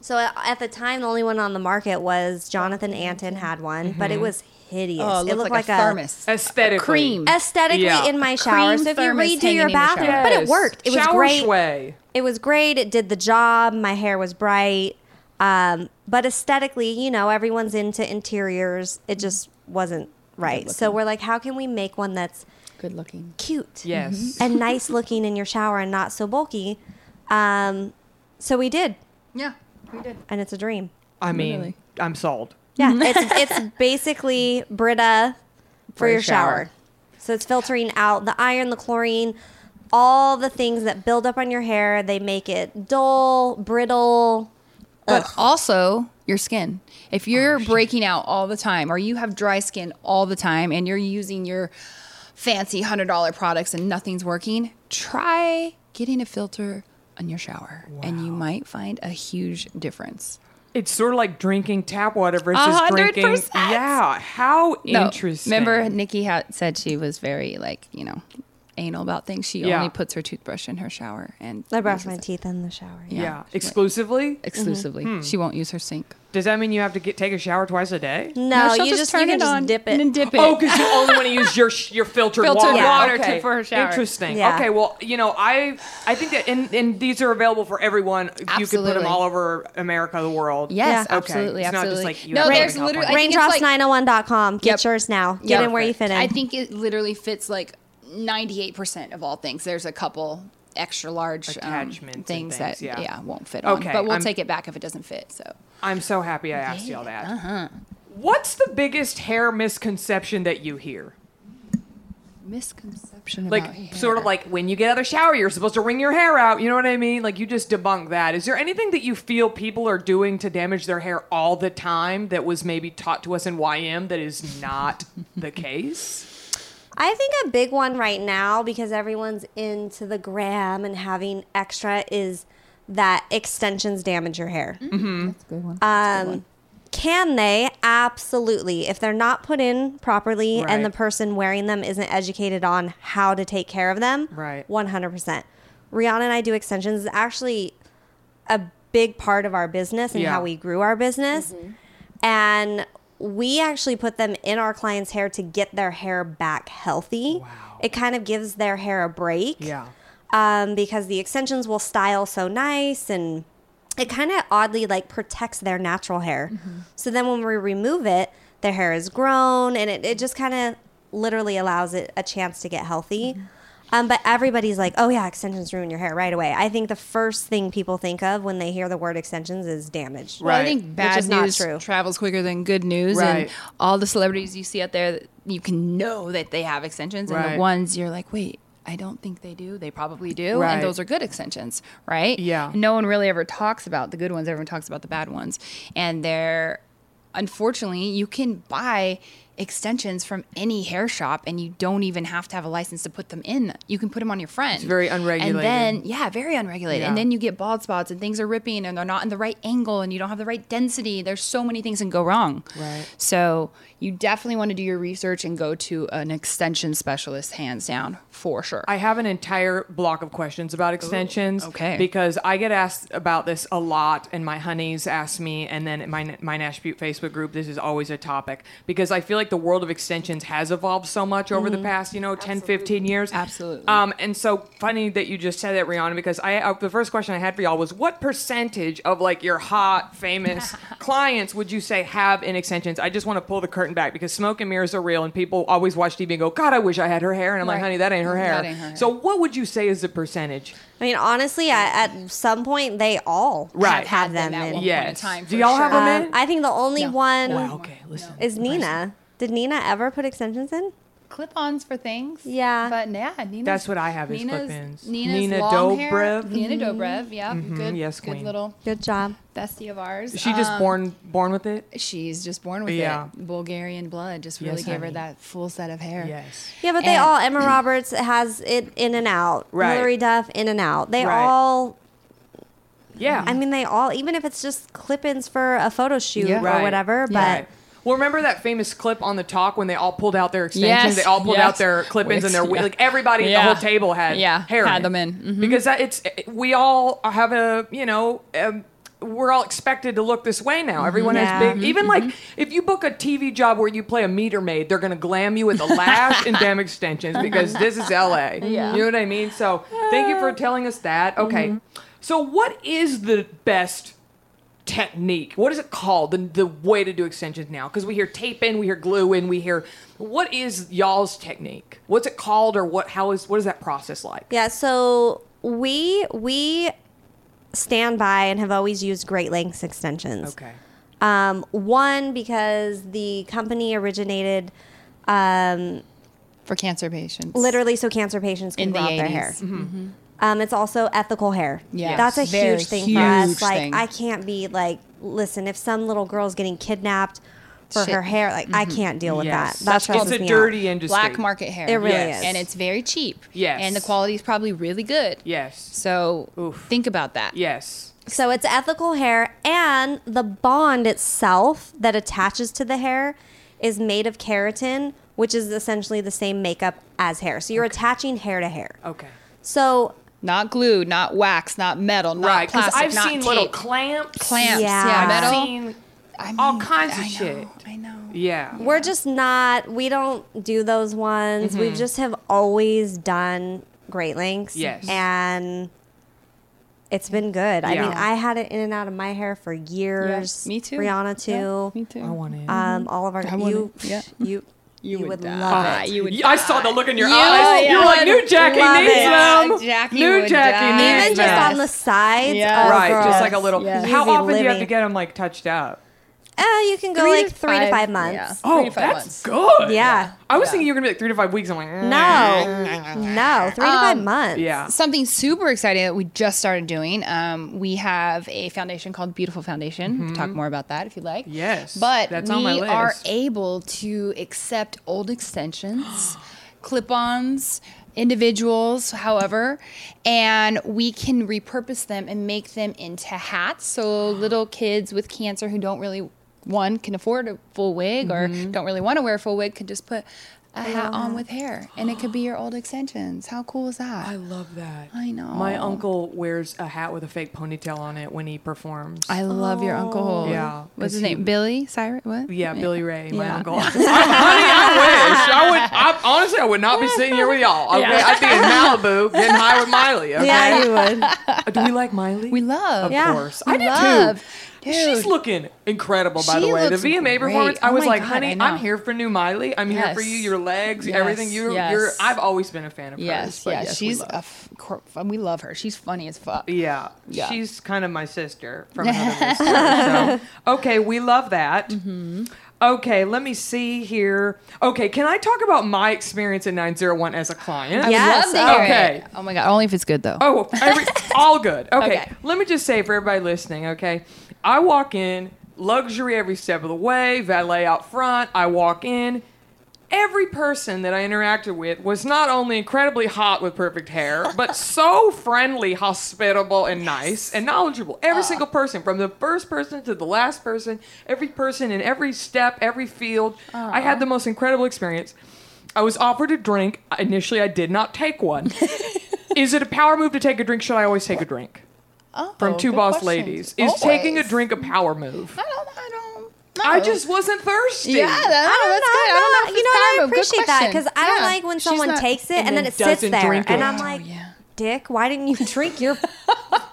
Speaker 4: So at at the time, the only one on the market was Jonathan Anton had one, but it was hideous.
Speaker 5: Mm-hmm. Oh, it,
Speaker 4: it
Speaker 5: looked
Speaker 4: looked
Speaker 5: like, a thermos.
Speaker 2: Aesthetically.
Speaker 5: cream.
Speaker 4: aesthetically
Speaker 2: Yeah.
Speaker 4: in my shower.
Speaker 5: Cream
Speaker 4: so if you
Speaker 5: thermos
Speaker 4: redo
Speaker 5: hanging in
Speaker 4: your
Speaker 5: the
Speaker 4: bathroom,
Speaker 5: shower.
Speaker 4: but it worked. It was
Speaker 2: Shower
Speaker 4: great.
Speaker 2: Shway.
Speaker 4: It was great. It did the job. My hair was bright. Um, but aesthetically, you know, everyone's into interiors. It just wasn't right. So we're like, how can we make one that's
Speaker 5: Good looking.
Speaker 4: cute
Speaker 2: Yes.
Speaker 4: and nice looking in your shower and not so bulky? Um, so we did,
Speaker 5: Yeah, we did.
Speaker 4: and it's a dream.
Speaker 2: I mean,
Speaker 5: Really.
Speaker 2: I'm sold.
Speaker 4: Yeah, it's it's basically Brita for
Speaker 5: your
Speaker 4: your shower.
Speaker 5: shower.
Speaker 4: So it's filtering out the iron, the chlorine, all the things that build up on your hair. They make it dull, brittle.
Speaker 5: But also your skin.
Speaker 2: Oh,
Speaker 5: If you're breaking out all the time or you have dry skin all the time and you're using your fancy $100 products and nothing's working, try getting a filter on your shower and you might find a huge difference.
Speaker 2: It's sort of like drinking tap water versus
Speaker 5: hundred
Speaker 2: drinking.
Speaker 5: percent.
Speaker 2: Yeah. How
Speaker 5: No,
Speaker 2: interesting.
Speaker 5: Remember, Nikki ha- said she was very like you know anal about things. She
Speaker 2: Yeah.
Speaker 5: only puts her toothbrush in her shower and
Speaker 4: I brush
Speaker 5: uses
Speaker 4: my
Speaker 5: it
Speaker 4: teeth in the shower.
Speaker 2: Yeah. Exclusively?
Speaker 5: exclusively.
Speaker 2: Hmm.
Speaker 5: She won't use her sink.
Speaker 2: Does that mean you have to get, take a shower twice a day?
Speaker 4: No,
Speaker 5: she'll
Speaker 4: you just, you can just dip
Speaker 5: and
Speaker 4: it.
Speaker 5: then dip it.
Speaker 2: Oh, because you only want to use your sh- your filtered,
Speaker 5: Filtered
Speaker 2: water,
Speaker 5: water to- for her shower.
Speaker 2: Interesting.
Speaker 4: Yeah.
Speaker 2: Okay. Well, you know, I I think that and and these are available for everyone. You can put
Speaker 5: Absolutely.
Speaker 2: them all over America, the world.
Speaker 5: Yes,
Speaker 2: Okay.
Speaker 5: absolutely,
Speaker 2: It's not
Speaker 5: absolutely.
Speaker 2: just like you
Speaker 5: No,
Speaker 2: have to
Speaker 5: there's
Speaker 2: pick up
Speaker 5: literally-
Speaker 2: on it.
Speaker 5: I think it's like-
Speaker 4: Raindropsnine01.com. Get
Speaker 5: Yep.
Speaker 4: yours now. Get
Speaker 5: Yeah.
Speaker 4: in where you fit in.
Speaker 5: I think it literally fits like 98% of all things. There's a couple extra large um,
Speaker 2: Attachments and
Speaker 5: things,
Speaker 2: things,
Speaker 5: that
Speaker 2: yeah.
Speaker 5: yeah. won't fit
Speaker 2: Okay,
Speaker 5: on. But we'll
Speaker 2: I'm-
Speaker 5: take it back if it doesn't fit. So
Speaker 2: I'm so happy I asked you all that.
Speaker 5: uh-huh.
Speaker 2: What's the biggest hair misconception that you hear?
Speaker 5: misconception
Speaker 2: Like,
Speaker 5: about hair.
Speaker 2: sort of like when you get out of the shower, you're supposed to wring your hair out. You know what I mean? Like, you just debunk that. Is there anything that you feel people are doing to damage their hair all the time that was maybe taught to us in YM that is not the case?
Speaker 4: I think a big one right now because everyone's into the gram and having extra is that extensions damage your hair.
Speaker 2: Mm-hmm.
Speaker 4: Um, can they? Absolutely. If they're not put in properly
Speaker 2: Right.
Speaker 4: and the person wearing them isn't educated on how to take care of them,
Speaker 2: Right.
Speaker 4: 100%. Rihanna and I do extensions. It's actually a big part of our business and
Speaker 2: Yeah.
Speaker 4: how we grew our business. And we actually put them in our clients' hair to get their hair back healthy.
Speaker 2: Wow.
Speaker 4: It kind of gives their hair a break
Speaker 2: Yeah.
Speaker 4: um, because the extensions will style so nice and it kind of oddly like protects their natural hair.
Speaker 2: Mm-hmm.
Speaker 4: So then when we remove it, their hair is grown and it, it just kind of literally allows it a chance to get healthy.
Speaker 2: Mm-hmm.
Speaker 4: Um, but everybody's like, oh yeah, extensions ruin your hair right away. I think the first thing people think of when they hear the word extensions is damage.
Speaker 5: Well, I
Speaker 2: Right.
Speaker 5: think bad
Speaker 4: is not
Speaker 5: news
Speaker 4: true.
Speaker 5: travels quicker than good news,
Speaker 2: Right.
Speaker 5: and all the celebrities you see out there, you can know that they have extensions, and
Speaker 2: Right.
Speaker 5: the ones you're like, wait. I don't think they do. They probably do.
Speaker 2: Right.
Speaker 5: And those are good extensions, right?
Speaker 2: Yeah.
Speaker 5: No one really ever talks about the good ones. Everyone talks about the bad ones. And they're, unfortunately, you can buy extensions from any hair shop and you don't even have to have a license to put them in. You can put them on your friend. It's
Speaker 2: very unregulated.
Speaker 5: And then, yeah, very unregulated. And
Speaker 2: Yeah.
Speaker 5: then you get bald spots and things are ripping and they're not in the right angle and you don't have the right density. There's so many things can go wrong. Right. So you definitely want to do your research and go to an extension specialist, hands down, for sure.
Speaker 2: I have an entire block of questions about extensions.
Speaker 5: okay.
Speaker 2: Because I get asked about this a lot, and my honeys ask me, and then at my my Nash Butte Facebook group, this is always a topic because I feel like the world of extensions has evolved so much over the past, you know, 10, 15 years.
Speaker 5: Mm-hmm. Absolutely.
Speaker 2: Um, and so funny that you just said that, Rihanna, because I uh, the first question I had for y'all was what percentage of like your hot famous clients would you say have in extensions? I just want to pull the curtain back because smoke and mirrors are real, and people always watch TV and go, God, I wish I had her hair, and I'm like,
Speaker 5: Right.
Speaker 2: honey, that ain't her hair.
Speaker 5: That ain't her hair.
Speaker 2: So what would you say is the percentage?
Speaker 4: I mean, honestly, I, at some point they all
Speaker 2: Right.
Speaker 4: have, have them,
Speaker 5: at
Speaker 4: in.
Speaker 5: one
Speaker 2: Yeah.
Speaker 5: point in time.
Speaker 2: Do
Speaker 5: for
Speaker 2: y'all have
Speaker 5: sure. Uh,
Speaker 2: them in?
Speaker 4: Um, I think the only
Speaker 5: No.
Speaker 4: one
Speaker 5: Wow,
Speaker 2: Okay, listen.
Speaker 4: is Nina. Did Nina ever put extensions in?
Speaker 5: clip-ons for things.
Speaker 4: Yeah.
Speaker 5: but yeah, Nina's,
Speaker 2: That's what I have is
Speaker 5: Nina's,
Speaker 2: clip-ins.
Speaker 5: Nina's
Speaker 2: Nina
Speaker 5: long Hair,
Speaker 2: Dobrev. Mm-hmm.
Speaker 5: Nina Dobrev. Yeah, good.
Speaker 2: yes,
Speaker 5: good
Speaker 2: queen.
Speaker 5: little
Speaker 4: Good job.
Speaker 5: bestie of ours.
Speaker 2: Is she just
Speaker 5: Um,
Speaker 2: born born with it?
Speaker 5: She's just born with
Speaker 2: Yeah.
Speaker 5: it. Bulgarian blood just really
Speaker 2: Yes,
Speaker 5: gave her
Speaker 2: honey.
Speaker 5: that full set of hair.
Speaker 2: Yes.
Speaker 4: Yeah, but they
Speaker 5: And-
Speaker 4: all Emma Roberts has it in and out.
Speaker 2: Right.
Speaker 4: Hillary Duff in and out. They
Speaker 2: Right.
Speaker 4: all
Speaker 2: Yeah.
Speaker 4: I mean they all even if it's just clip-ins for a photo shoot
Speaker 5: Yeah.
Speaker 4: or
Speaker 2: Right.
Speaker 4: whatever, but
Speaker 2: Right. Well, remember that famous clip on the talk when they all pulled out their extensions?
Speaker 5: Yes,
Speaker 2: They all pulled
Speaker 5: yes.
Speaker 2: out their clip-ins and their
Speaker 5: Wigs, yeah.
Speaker 2: like everybody at
Speaker 5: Yeah.
Speaker 2: the whole table had
Speaker 5: Yeah,
Speaker 2: hair
Speaker 5: had
Speaker 2: it.
Speaker 5: them in. Mhm.
Speaker 2: because that, it's we all have a you know. Um, we're all expected to look this way now. Everyone
Speaker 4: Yeah.
Speaker 2: has big, even like if you book a TV job where you play a meter maid, they're going to glam you with a lash and damn extensions because this is LA. Yeah. You know what I mean? So thank you for telling us that. Okay. So, what is the best technique. What is it called? The, the way to do extensions now? Because we hear tape in, we hear glue in, we hear what is y'all's technique? What's it called, or what? How is what is that process like?
Speaker 4: yeah, so we we stand by and have always used Great Lengths extensions.
Speaker 2: Okay.
Speaker 4: Um, one because the company originated um,
Speaker 5: For cancer patients.
Speaker 4: literally so cancer patients can
Speaker 5: In the
Speaker 4: grow out their hair.
Speaker 5: 80s.
Speaker 4: Um, it's also ethical hair.
Speaker 5: Yes.
Speaker 4: that's a
Speaker 5: Very
Speaker 4: huge thing
Speaker 5: huge
Speaker 4: for us. Like
Speaker 5: thing.
Speaker 4: I can't be like, listen, if some little girl's getting kidnapped for
Speaker 5: Shit. Mm-hmm.
Speaker 4: her hair. Like I can't deal with
Speaker 2: Yes.
Speaker 4: that. That
Speaker 2: That's
Speaker 4: stresses
Speaker 2: it's a
Speaker 4: me
Speaker 2: dirty
Speaker 4: out.
Speaker 2: industry.
Speaker 5: black market hair.
Speaker 4: It really
Speaker 2: Yes.
Speaker 4: is.
Speaker 5: and it's very cheap.
Speaker 2: Yes.
Speaker 5: and the quality is probably really good.
Speaker 2: Yes.
Speaker 5: So
Speaker 2: Oof.
Speaker 5: think about that.
Speaker 2: Yes.
Speaker 4: So it's ethical hair, and the bond itself that attaches to the hair is made of keratin, which is essentially the same makeup as hair. So you're attaching hair to hair.
Speaker 2: Okay.
Speaker 4: So
Speaker 5: Not glue, not wax, not metal, not
Speaker 2: Right. Because
Speaker 5: plastic,
Speaker 2: I've
Speaker 5: not
Speaker 2: seen
Speaker 5: tape.
Speaker 2: little clamps.
Speaker 5: clamps,
Speaker 4: Yeah.
Speaker 5: yeah,
Speaker 4: I've
Speaker 5: metal.
Speaker 2: I've seen
Speaker 5: I
Speaker 2: all
Speaker 5: mean,
Speaker 2: kinds of
Speaker 5: I know,
Speaker 2: shit.
Speaker 5: I know.
Speaker 2: Yeah.
Speaker 4: we're just not. We don't do those ones. We
Speaker 2: Mm-hmm.
Speaker 4: just have always done Great Lengths.
Speaker 2: Yes.
Speaker 4: and. It's been good. I
Speaker 2: Yeah.
Speaker 4: mean, I had it in and out of my hair for years.
Speaker 5: Me too.
Speaker 4: Rihanna too.
Speaker 5: Yeah, me too.
Speaker 2: I want in.
Speaker 4: Um, all of our
Speaker 5: want
Speaker 4: you,
Speaker 5: it. Yeah.
Speaker 4: you, you,
Speaker 5: would
Speaker 4: would,
Speaker 5: die.
Speaker 4: love
Speaker 5: Ah,
Speaker 4: it.
Speaker 5: you would
Speaker 2: I saw the look in your
Speaker 5: You
Speaker 2: eyes. You're like,
Speaker 5: would
Speaker 2: new Jackie
Speaker 4: love
Speaker 2: needs
Speaker 4: it.
Speaker 2: them.
Speaker 5: Jackie
Speaker 2: new
Speaker 5: would
Speaker 2: Jackie
Speaker 5: die.
Speaker 2: needs
Speaker 4: Even just
Speaker 2: them.
Speaker 4: on the sides,
Speaker 5: Yeah.
Speaker 4: oh,
Speaker 2: right,
Speaker 4: girl.
Speaker 2: just like a little.
Speaker 5: Yes.
Speaker 2: How often
Speaker 4: Easy
Speaker 2: do you have
Speaker 4: living.
Speaker 2: to get them like touched up?
Speaker 4: Uh, you can go like three to five months.
Speaker 5: Yeah.
Speaker 2: Oh,
Speaker 5: Three to five
Speaker 2: that's
Speaker 5: months.
Speaker 2: good.
Speaker 4: Yeah.
Speaker 2: I was thinking you were gonna be like three to five weeks. I'm like, eh.
Speaker 4: No, no, three to five months.
Speaker 2: Um, Yeah.
Speaker 5: Something super exciting that we just started doing. Um, we have a foundation called Beautiful Foundation. We can talk more about that if you'd like.
Speaker 2: Mm-hmm. Yes,
Speaker 5: But
Speaker 2: that's
Speaker 5: we
Speaker 2: on my
Speaker 5: are
Speaker 2: list.
Speaker 5: able to accept old extensions, clip ons, individuals, however, and we can repurpose them and make them into hats. So little kids with cancer who don't really, one, can afford a full wig
Speaker 2: Mm-hmm.
Speaker 5: or don't really want to wear a full wig could just put. A hat on with hair, and it could be your old extensions. How cool is that?
Speaker 2: I love that.
Speaker 5: I know.
Speaker 2: My uncle wears a hat with a fake ponytail on it when he performs.
Speaker 5: I love your uncle. Hole.
Speaker 2: Oh. Yeah,
Speaker 5: What's his
Speaker 2: 'cause
Speaker 5: name? Billy Cyrus? What?
Speaker 2: yeah, Billy Ray, my
Speaker 5: Yeah.
Speaker 2: uncle. I'm- honey, I wish. I would. I, honestly, I would not be sitting here with y'all. Okay,
Speaker 5: Yeah.
Speaker 2: I'd be in Malibu getting high with Miley. Okay? Uh,
Speaker 4: yeah, you would.
Speaker 2: Do we like Miley?
Speaker 5: We love.
Speaker 2: Of
Speaker 4: Yeah.
Speaker 2: course.
Speaker 5: We
Speaker 2: I do
Speaker 5: love.
Speaker 2: too.
Speaker 5: Dude.
Speaker 2: She's looking incredible, by the
Speaker 5: She
Speaker 2: way. The
Speaker 5: looks
Speaker 2: VMA performance,
Speaker 5: great.
Speaker 2: I
Speaker 5: Oh
Speaker 2: was
Speaker 5: my
Speaker 2: like,
Speaker 5: God, I
Speaker 2: honey,
Speaker 5: know.
Speaker 2: I'm here for new Miley. I'm here for
Speaker 5: Yes.
Speaker 2: you, your legs,
Speaker 5: Yes,
Speaker 2: everything. You're,
Speaker 5: yes.
Speaker 2: you're, I've always been a fan of hers.
Speaker 5: Yes,
Speaker 2: but
Speaker 5: yes.
Speaker 2: we
Speaker 5: She's
Speaker 2: love.
Speaker 5: a f- cor- f- we love her. She's funny as fuck.
Speaker 2: Yeah.
Speaker 5: Yeah.
Speaker 2: She's kind of my sister from another mister. So. Okay, we love that.
Speaker 5: Mm-hmm.
Speaker 2: Okay, let me see here. Okay, can I talk about my experience in 901 as a client?
Speaker 4: would
Speaker 5: Love
Speaker 4: Yes.
Speaker 5: to hear
Speaker 2: Okay.
Speaker 5: it. Oh my god. Only if it's good though.
Speaker 2: Oh, every, all good. Okay.
Speaker 5: Okay.
Speaker 2: Let me just say for everybody listening, okay? I walk in, luxury every step of the way, valet out front. I walk in. Every person that I interacted with was not only incredibly hot with perfect hair, but so friendly, hospitable, and nice and knowledgeable. Every single person, from the first person to the last person, every person in every step, every field. I had the most incredible experience. I was offered a drink. Initially, I did not take one. Is it a power move to take a drink? Should I always take a drink? From two
Speaker 5: Oh, good
Speaker 2: boss
Speaker 5: question.
Speaker 2: ladies. Is
Speaker 5: Always.
Speaker 2: taking a drink a power move?
Speaker 5: I don't. I don't.
Speaker 2: I
Speaker 5: know.
Speaker 2: just wasn't thirsty.
Speaker 5: Yeah. That,
Speaker 4: I
Speaker 5: I
Speaker 4: don't
Speaker 5: don't that's good.
Speaker 4: know. I'm
Speaker 5: I
Speaker 4: not-
Speaker 5: don't know. If
Speaker 4: you
Speaker 5: it's
Speaker 4: know, what,
Speaker 5: time
Speaker 4: I
Speaker 5: move. Good
Speaker 4: appreciate that
Speaker 5: question.
Speaker 4: because I don't
Speaker 5: Yeah.
Speaker 4: like when
Speaker 5: She's
Speaker 4: someone
Speaker 5: not-
Speaker 4: takes it and, then it sits
Speaker 2: doesn't
Speaker 4: there,
Speaker 2: drink
Speaker 4: and
Speaker 2: it.
Speaker 4: I'm like,
Speaker 5: yeah.
Speaker 4: Dick, why didn't you drink your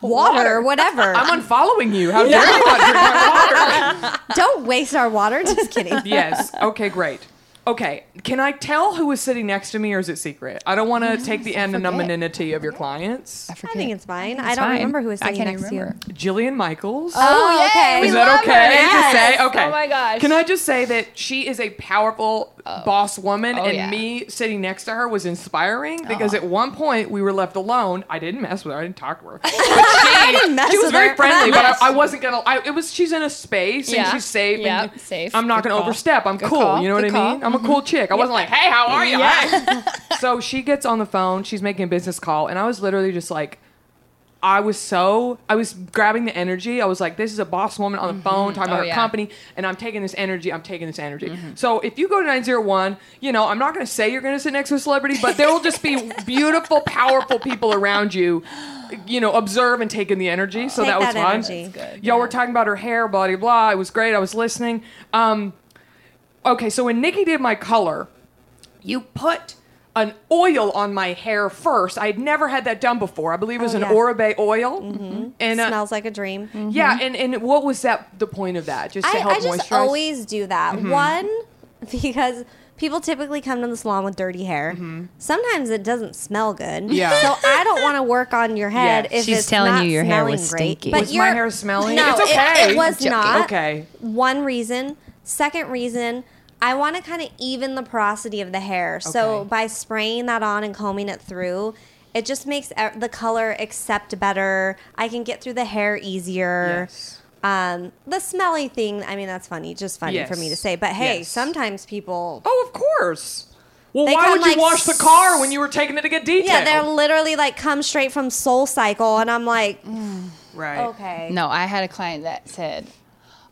Speaker 4: water or whatever?
Speaker 2: I'm unfollowing you. How dare you not drink my water?
Speaker 4: Don't waste our water. Just kidding.
Speaker 2: yes. Okay, great. Okay. Can I tell who was sitting next to me or is it secret? I don't want to take the anonymity of your clients.
Speaker 5: I,
Speaker 4: I
Speaker 5: forget.
Speaker 4: think it's fine. I don't
Speaker 5: fine.
Speaker 4: remember who was
Speaker 5: I
Speaker 4: sitting
Speaker 5: can't
Speaker 4: next to you.
Speaker 5: remember.
Speaker 2: Jillian Michaels.
Speaker 4: Oh,
Speaker 5: yay,
Speaker 4: okay.
Speaker 5: we
Speaker 2: Is
Speaker 5: love
Speaker 2: that okay
Speaker 5: her.
Speaker 2: to say? Okay.
Speaker 5: Oh my gosh.
Speaker 2: Can I just say that she is a powerful boss woman,
Speaker 5: Oh,
Speaker 2: and
Speaker 5: yeah. Oh.
Speaker 2: me sitting next to her was inspiring because at one point we were left alone. I didn't mess with her. I didn't talk to her. But she,
Speaker 4: mess
Speaker 2: she was
Speaker 4: with
Speaker 2: very
Speaker 4: her.
Speaker 2: friendly, but I, I wasn't gonna. I, it was she's in a space
Speaker 5: Yeah.
Speaker 2: and she's safe.
Speaker 5: Yeah,
Speaker 2: and
Speaker 5: safe.
Speaker 2: I'm not
Speaker 5: Good
Speaker 2: gonna
Speaker 5: call.
Speaker 2: overstep. I'm
Speaker 5: Good
Speaker 2: cool.
Speaker 5: call.
Speaker 2: You know what
Speaker 5: Good
Speaker 2: I
Speaker 5: call. Mm-hmm.
Speaker 2: mean? I'm a cool chick. I wasn't like, hey, how are you? Hey. so she gets on the phone. She's making a business call, and I was literally just like. I was so I was grabbing the energy. I was like, this is a boss woman on the
Speaker 4: Mm-hmm.
Speaker 2: phone talking about
Speaker 5: Oh,
Speaker 2: her
Speaker 5: yeah.
Speaker 2: company, and I'm taking this energy. I'm taking this energy.
Speaker 4: Mm-hmm.
Speaker 2: So if you go to 901, you know, I'm not going to say you're going to sit next to a celebrity, but there will just be beautiful, powerful people around you. You know, observe and take in the energy. So
Speaker 4: Take
Speaker 2: that was
Speaker 4: that
Speaker 2: fun.
Speaker 4: energy. That's
Speaker 2: Y'all were talking about her hair, blah blah blah. It was great. I was listening. Um, okay, so when Nikki did my color, you put an oil on my hair first. I had never had that done before. I believe it was
Speaker 4: Oh,
Speaker 2: an
Speaker 4: yeah.
Speaker 2: Oribe oil. And uh,
Speaker 4: Mm-hmm. Smells like a dream.
Speaker 2: yeah, and and what was that the point of that? Just to
Speaker 4: I,
Speaker 2: help
Speaker 4: I just
Speaker 2: moisturize. Mm-hmm.
Speaker 4: always do that. One, because people typically come to the salon with dirty hair. Sometimes it doesn't smell good.
Speaker 2: Mm-hmm. Yeah.
Speaker 4: So I don't want to work on your head
Speaker 2: Yes.
Speaker 4: if
Speaker 5: She's
Speaker 4: it's
Speaker 5: telling
Speaker 4: not
Speaker 5: you your hair
Speaker 4: smelling
Speaker 5: was
Speaker 4: great.
Speaker 5: stinky.
Speaker 4: But
Speaker 2: Was my
Speaker 4: you're-
Speaker 2: hair smelly?
Speaker 4: No,
Speaker 2: It's
Speaker 4: it-
Speaker 2: okay.
Speaker 4: It, was
Speaker 5: Joking.
Speaker 4: not.
Speaker 2: Okay.
Speaker 4: One reason. Second reason. I want to kind of even the porosity of the hair. So
Speaker 2: Okay.
Speaker 4: by spraying that on and combing it through, it just makes e- the color accept better. I can get through the hair easier
Speaker 2: Yes.
Speaker 4: Um, the smelly thing, I mean, that's funny, just funny for me
Speaker 2: Yes.
Speaker 4: to say. But hey,
Speaker 2: Yes.
Speaker 4: sometimes people.
Speaker 2: Oh, of course. Well,
Speaker 4: They
Speaker 2: why
Speaker 4: come
Speaker 2: would you
Speaker 4: like
Speaker 2: wash the car when you were taking it to get detailed?
Speaker 4: Yeah, they're literally like come straight from Soul Cycle, and I'm like,
Speaker 2: right.
Speaker 4: okay.
Speaker 5: No, I had a client that said,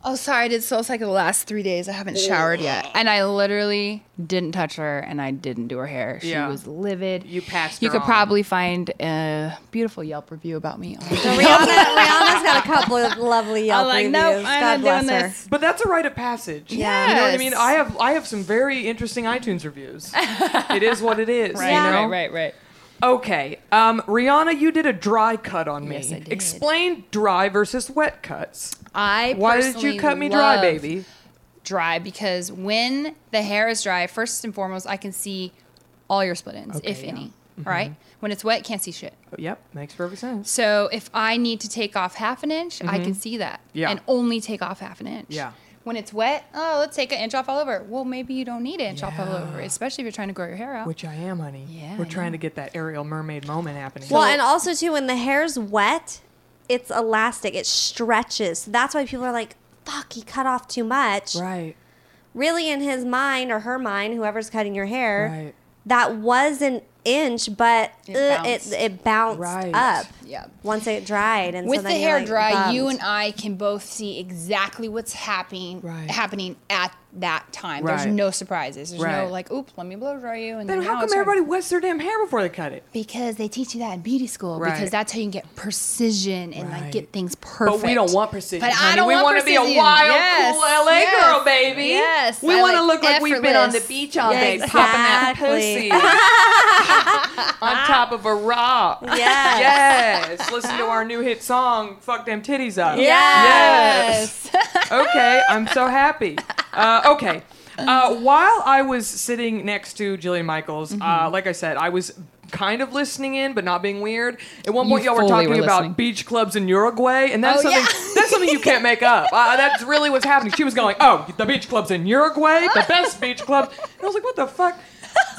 Speaker 5: "Oh, sorry, I did Soul Cycle the last three days. I haven't showered yet." And I literally didn't touch her, and I didn't do her hair. She
Speaker 2: Yeah.
Speaker 5: was livid.
Speaker 2: You passed
Speaker 5: You
Speaker 2: her
Speaker 5: could
Speaker 2: on.
Speaker 5: probably find a beautiful Yelp review about me. on
Speaker 4: So Rihanna, Rihanna's got a couple of lovely Yelp
Speaker 5: I'm like,
Speaker 4: reviews.
Speaker 5: nope, I'm
Speaker 4: God
Speaker 5: not
Speaker 4: bless
Speaker 5: doing
Speaker 4: her.
Speaker 5: this.
Speaker 2: But that's a rite of passage.
Speaker 4: Yeah.
Speaker 2: You know what I mean?
Speaker 5: Yes.
Speaker 2: I have I have some very interesting iTunes reviews. it is what it is.
Speaker 5: Right,
Speaker 2: You know?
Speaker 5: right, right, right.
Speaker 2: Okay. Um, Rihanna, you did a dry cut on me.
Speaker 5: Yes, I did.
Speaker 2: Explain dry versus wet cuts.
Speaker 5: I
Speaker 2: Why did you
Speaker 5: personally
Speaker 2: cut me dry,
Speaker 5: love
Speaker 2: baby?
Speaker 5: Dry because when the hair is dry, first and foremost, I can see all your split ends, if any. All right. When it's wet, can't see shit.
Speaker 2: Yep, makes perfect sense.
Speaker 5: So if I need to take off half an inch, I can see that.
Speaker 2: Mm-hmm. Yeah.
Speaker 5: And only take off half an inch.
Speaker 2: Yeah.
Speaker 5: When it's wet, oh, let's take an inch off all over. Well, maybe you don't need an inch off all over,
Speaker 2: Yeah.
Speaker 5: especially if you're trying to grow your hair out.
Speaker 2: Which I am, honey.
Speaker 5: Yeah,
Speaker 2: We're
Speaker 5: I
Speaker 2: trying to get that aerial mermaid moment happening.
Speaker 4: Well, and also too, when the hair's wet, it's elastic. It stretches. So that's why people are like, "Fuck, he cut off too much."
Speaker 2: right.
Speaker 4: Really, in his mind or her mind, whoever's cutting your hair,
Speaker 2: Right.
Speaker 4: that was an inch, but
Speaker 5: It
Speaker 4: uh, it,
Speaker 5: bounced.
Speaker 4: it, bounced
Speaker 2: Right.
Speaker 4: up.
Speaker 5: Yeah.
Speaker 4: Once it dried, and so
Speaker 5: With
Speaker 4: then
Speaker 5: the
Speaker 4: you're,
Speaker 5: hair
Speaker 4: like,
Speaker 5: dry, you
Speaker 4: bummed.
Speaker 5: and I can both see exactly what's happening
Speaker 2: Right.
Speaker 5: happening at that time.
Speaker 2: Right.
Speaker 5: There's no surprises. There's
Speaker 2: Right.
Speaker 5: no like, oop, let me blow dry you. And
Speaker 2: Then
Speaker 5: then
Speaker 2: how
Speaker 5: now
Speaker 2: come
Speaker 5: it's dry.
Speaker 2: everybody wets their damn hair before they cut it?
Speaker 5: Because they teach you that in beauty school.
Speaker 2: Right.
Speaker 5: Because that's how you can get precision and
Speaker 2: Right.
Speaker 5: like get things perfect.
Speaker 2: But we don't want precision.
Speaker 5: But I
Speaker 2: honey.
Speaker 5: don't
Speaker 2: we
Speaker 5: want
Speaker 2: to be a wild,
Speaker 5: precision. Yes,
Speaker 2: cool LA
Speaker 5: yes,
Speaker 2: girl, baby.
Speaker 5: yes.
Speaker 2: We
Speaker 5: I
Speaker 2: want to
Speaker 5: like
Speaker 2: look like we've been on the
Speaker 5: effortless.
Speaker 2: beach all
Speaker 4: Yeah,
Speaker 2: day, popping that pussy
Speaker 4: exactly.
Speaker 2: on top of a rock.
Speaker 4: Yes.
Speaker 2: Yes. Listen to our new hit song, "Fuck Them Titties Up."
Speaker 4: Yes.
Speaker 2: Yes. okay, I'm so happy. Uh, okay. Uh, while I was sitting next to Jillian Michaels, uh,
Speaker 5: Mm-hmm.
Speaker 2: like I said, I was kind of listening in, but not being weird. At one
Speaker 5: You
Speaker 2: point, y'all were
Speaker 5: fully
Speaker 2: talking
Speaker 5: were listening.
Speaker 2: about beach clubs in Uruguay, and that's
Speaker 5: Oh,
Speaker 2: something
Speaker 5: yeah.
Speaker 2: that's something you can't make up. Uh, that's really what's happening. She was going, "Oh, the beach clubs in Uruguay, the best beach clubs." And I was like, "What the fuck?"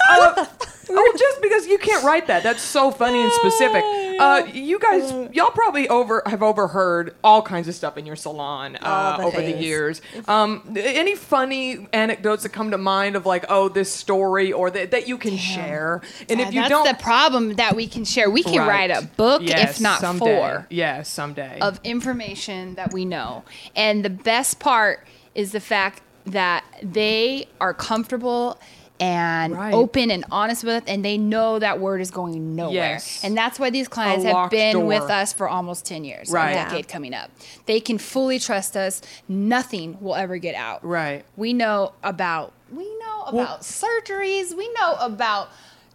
Speaker 2: Uh, oh, just because you can't write that. That's so funny and specific. Uh, you guys, y'all probably over have overheard all kinds of stuff in your salon uh,
Speaker 4: the
Speaker 2: over the
Speaker 4: things.
Speaker 2: years. Um, any funny anecdotes that come to mind of like, oh, this story or that that you can share? And
Speaker 5: Uh,
Speaker 2: if you
Speaker 5: that's
Speaker 2: don't,
Speaker 5: the problem that we can share. We can
Speaker 2: Right.
Speaker 5: write a book,
Speaker 2: Yes,
Speaker 5: if not
Speaker 2: someday.
Speaker 5: four,
Speaker 2: Yes, someday.
Speaker 5: of information that we know. And the best part is the fact that they are comfortable and
Speaker 2: Right.
Speaker 5: open and honest with, and they know that word is going nowhere.
Speaker 2: Yes.
Speaker 5: And that's why these clients
Speaker 2: A
Speaker 5: have
Speaker 2: locked
Speaker 5: been
Speaker 2: door.
Speaker 5: with us for almost 10 years,
Speaker 2: Right.
Speaker 5: a
Speaker 2: Yeah.
Speaker 5: decade coming up. They can fully trust us. Nothing will ever get out.
Speaker 2: Right.
Speaker 5: We know about we know about surgeries. We know about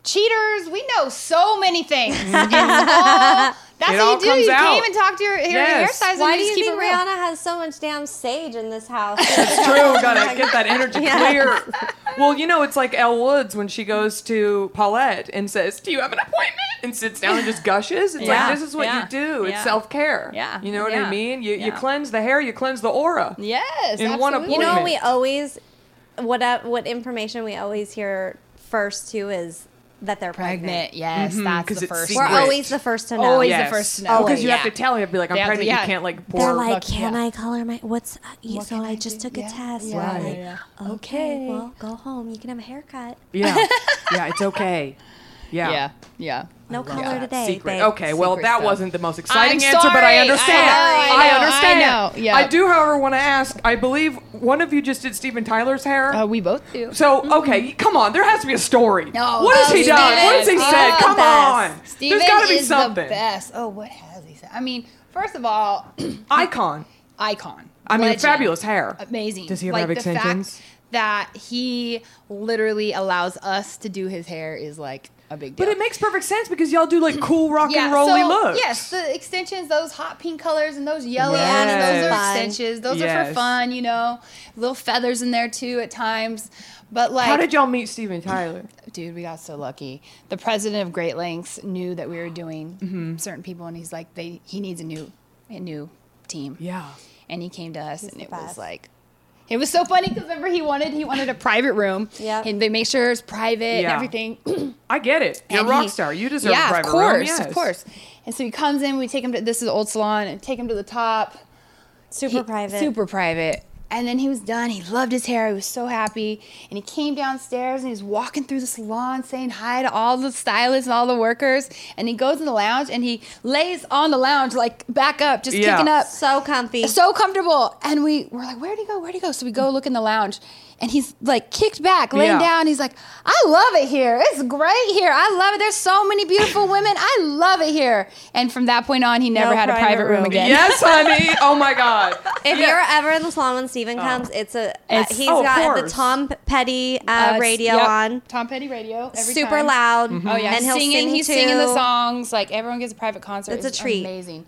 Speaker 5: cheaters. We know so many things. It's all- that's
Speaker 2: It
Speaker 5: what
Speaker 2: all
Speaker 5: you do.
Speaker 2: comes
Speaker 5: You
Speaker 2: out.
Speaker 5: can't even talk to your, your
Speaker 2: Yes.
Speaker 5: hair hairstylist.
Speaker 4: Why
Speaker 5: and
Speaker 4: do
Speaker 5: you
Speaker 4: you
Speaker 5: just keep
Speaker 4: think
Speaker 5: it real.
Speaker 4: Rihanna has so much damn sage in this house?
Speaker 2: true. Gotta get that energy clear. Well, you know, it's like Elle Woods when she goes to Paulette and says, "Do you have an appointment?" and sits down and just gushes. It's
Speaker 5: Yeah.
Speaker 2: like this is what
Speaker 5: Yeah.
Speaker 2: you do. It's
Speaker 5: Yeah.
Speaker 2: self care.
Speaker 5: Yeah.
Speaker 2: you know what I
Speaker 5: Yeah.
Speaker 2: mean. You you
Speaker 5: Yeah.
Speaker 2: cleanse the hair, you cleanse the aura.
Speaker 5: Yes,
Speaker 2: In one
Speaker 5: absolutely.
Speaker 4: You know,
Speaker 2: appointment.
Speaker 4: what we always what uh, what information we always hear first too is that they're
Speaker 5: pregnant.
Speaker 4: pregnant.
Speaker 5: Mm-hmm, Yes, that's
Speaker 2: 'cause
Speaker 5: the
Speaker 2: it's
Speaker 5: first.
Speaker 4: We're
Speaker 2: secret.
Speaker 5: one.
Speaker 4: always the first to know.
Speaker 5: Always the first to know.
Speaker 2: Oh, because you
Speaker 5: Yeah.
Speaker 2: have to tell him. Be like, "I'm
Speaker 5: They have to-
Speaker 2: pregnant.
Speaker 5: yeah.
Speaker 2: You can't like pour."
Speaker 4: They're like,
Speaker 5: fuck,
Speaker 4: can
Speaker 5: yeah.
Speaker 4: I color my what's uh, you, so
Speaker 5: can
Speaker 4: I
Speaker 5: I
Speaker 4: just
Speaker 5: do?
Speaker 4: took a
Speaker 5: Yeah.
Speaker 4: test.
Speaker 5: Yeah,
Speaker 4: I'm
Speaker 2: yeah,
Speaker 4: like,
Speaker 5: yeah.
Speaker 4: Okay,
Speaker 5: Okay.
Speaker 4: well, go home. You can have a haircut.
Speaker 2: yeah, yeah, it's okay. Yeah.
Speaker 5: yeah, yeah.
Speaker 4: No color
Speaker 2: Yeah.
Speaker 4: today.
Speaker 2: Secret.
Speaker 4: babe.
Speaker 2: Okay, well,
Speaker 5: Secret
Speaker 2: that
Speaker 5: stuff.
Speaker 2: wasn't the most exciting
Speaker 5: I'm
Speaker 2: answer, but
Speaker 5: sorry.
Speaker 2: I
Speaker 5: I
Speaker 2: understand.
Speaker 5: know, I know, I
Speaker 2: understand.
Speaker 5: know. Yeah.
Speaker 2: I do, however, want to ask. I believe one of you just did Steven Tyler's hair.
Speaker 5: Uh, we Mm-hmm. both do.
Speaker 2: So okay, come on. There has to be a story.
Speaker 5: No,
Speaker 2: what has he
Speaker 5: Steven.
Speaker 2: done? What has he
Speaker 5: Steven
Speaker 2: said?
Speaker 5: is
Speaker 2: Come
Speaker 4: the best.
Speaker 2: on.
Speaker 5: Steven
Speaker 2: There's got to be
Speaker 5: is
Speaker 2: something.
Speaker 5: the best. Oh, what has he said? I mean, first of all,
Speaker 2: Icon.
Speaker 5: icon.
Speaker 2: I mean,
Speaker 5: Legend.
Speaker 2: fabulous hair.
Speaker 5: Amazing.
Speaker 2: Does he ever
Speaker 5: like
Speaker 2: have
Speaker 5: the
Speaker 2: extensions?
Speaker 5: Fact that he literally allows us to do his hair is like a big deal.
Speaker 2: But it makes perfect sense because y'all do like cool rock and
Speaker 5: so,
Speaker 2: rolly looks.
Speaker 5: Yes, the extensions, those hot pink colors and those yellows,
Speaker 2: Yes.
Speaker 5: those are
Speaker 4: Fun.
Speaker 5: extensions. Those are
Speaker 2: Yes.
Speaker 5: for fun, you know. Little feathers in there too at times. But like
Speaker 2: How did y'all meet Steven Tyler?
Speaker 5: dude, we got so lucky. The president of Great Lakes knew that we were doing
Speaker 2: Mm-hmm.
Speaker 5: certain people, and he's like, they he needs a new a new team.
Speaker 2: Yeah.
Speaker 5: and he came to us, and it
Speaker 4: best.
Speaker 5: was like. It was so funny because remember he wanted he wanted a private room.
Speaker 4: Yeah.
Speaker 5: and they make sure it's private and
Speaker 2: Yeah.
Speaker 5: everything.
Speaker 2: I get it. You're
Speaker 5: And
Speaker 2: a rock
Speaker 5: he-
Speaker 2: star. You deserve
Speaker 5: yeah,
Speaker 2: a private
Speaker 5: of course,
Speaker 2: room. Yes.
Speaker 5: of course. And so he comes in. We take him to this is the old salon and take him to the top.
Speaker 4: Super
Speaker 5: He-
Speaker 4: private.
Speaker 5: Super private. And then he was done. He loved his hair. He was so happy. And he came downstairs and he was walking through the salon saying hi to all the stylists and all the workers. And he goes in the lounge and he lays on the lounge, like back up, just
Speaker 2: Yeah.
Speaker 5: kicking up.
Speaker 4: So comfy.
Speaker 5: So comfortable. And we were like, where'd he go? Where'd he go? So we go look in the lounge and he's like kicked back, laying
Speaker 2: Yeah.
Speaker 5: down. He's like, I love it here. It's great here. I love it. There's so many beautiful women. I love it here. And from that point on, he never had a
Speaker 4: private
Speaker 5: private room,
Speaker 4: room.
Speaker 5: again.
Speaker 2: Yes, honey. Oh my God.
Speaker 4: if you're ever in the salon when
Speaker 5: Oh.
Speaker 4: Steven comes, it's a uh,
Speaker 2: It's-
Speaker 4: he's
Speaker 2: oh, of
Speaker 4: got the
Speaker 2: course.
Speaker 4: Tom Petty uh,
Speaker 5: Uh,
Speaker 4: radio
Speaker 5: yep.
Speaker 4: on,
Speaker 5: Tom Petty radio. every
Speaker 4: super
Speaker 5: time.
Speaker 4: loud.
Speaker 5: Oh yeah,
Speaker 4: and he'll
Speaker 5: singing.
Speaker 4: sing
Speaker 5: he's
Speaker 4: to-
Speaker 5: singing the songs. Like everyone gets a private concert.
Speaker 4: It's a treat.
Speaker 5: Amazing.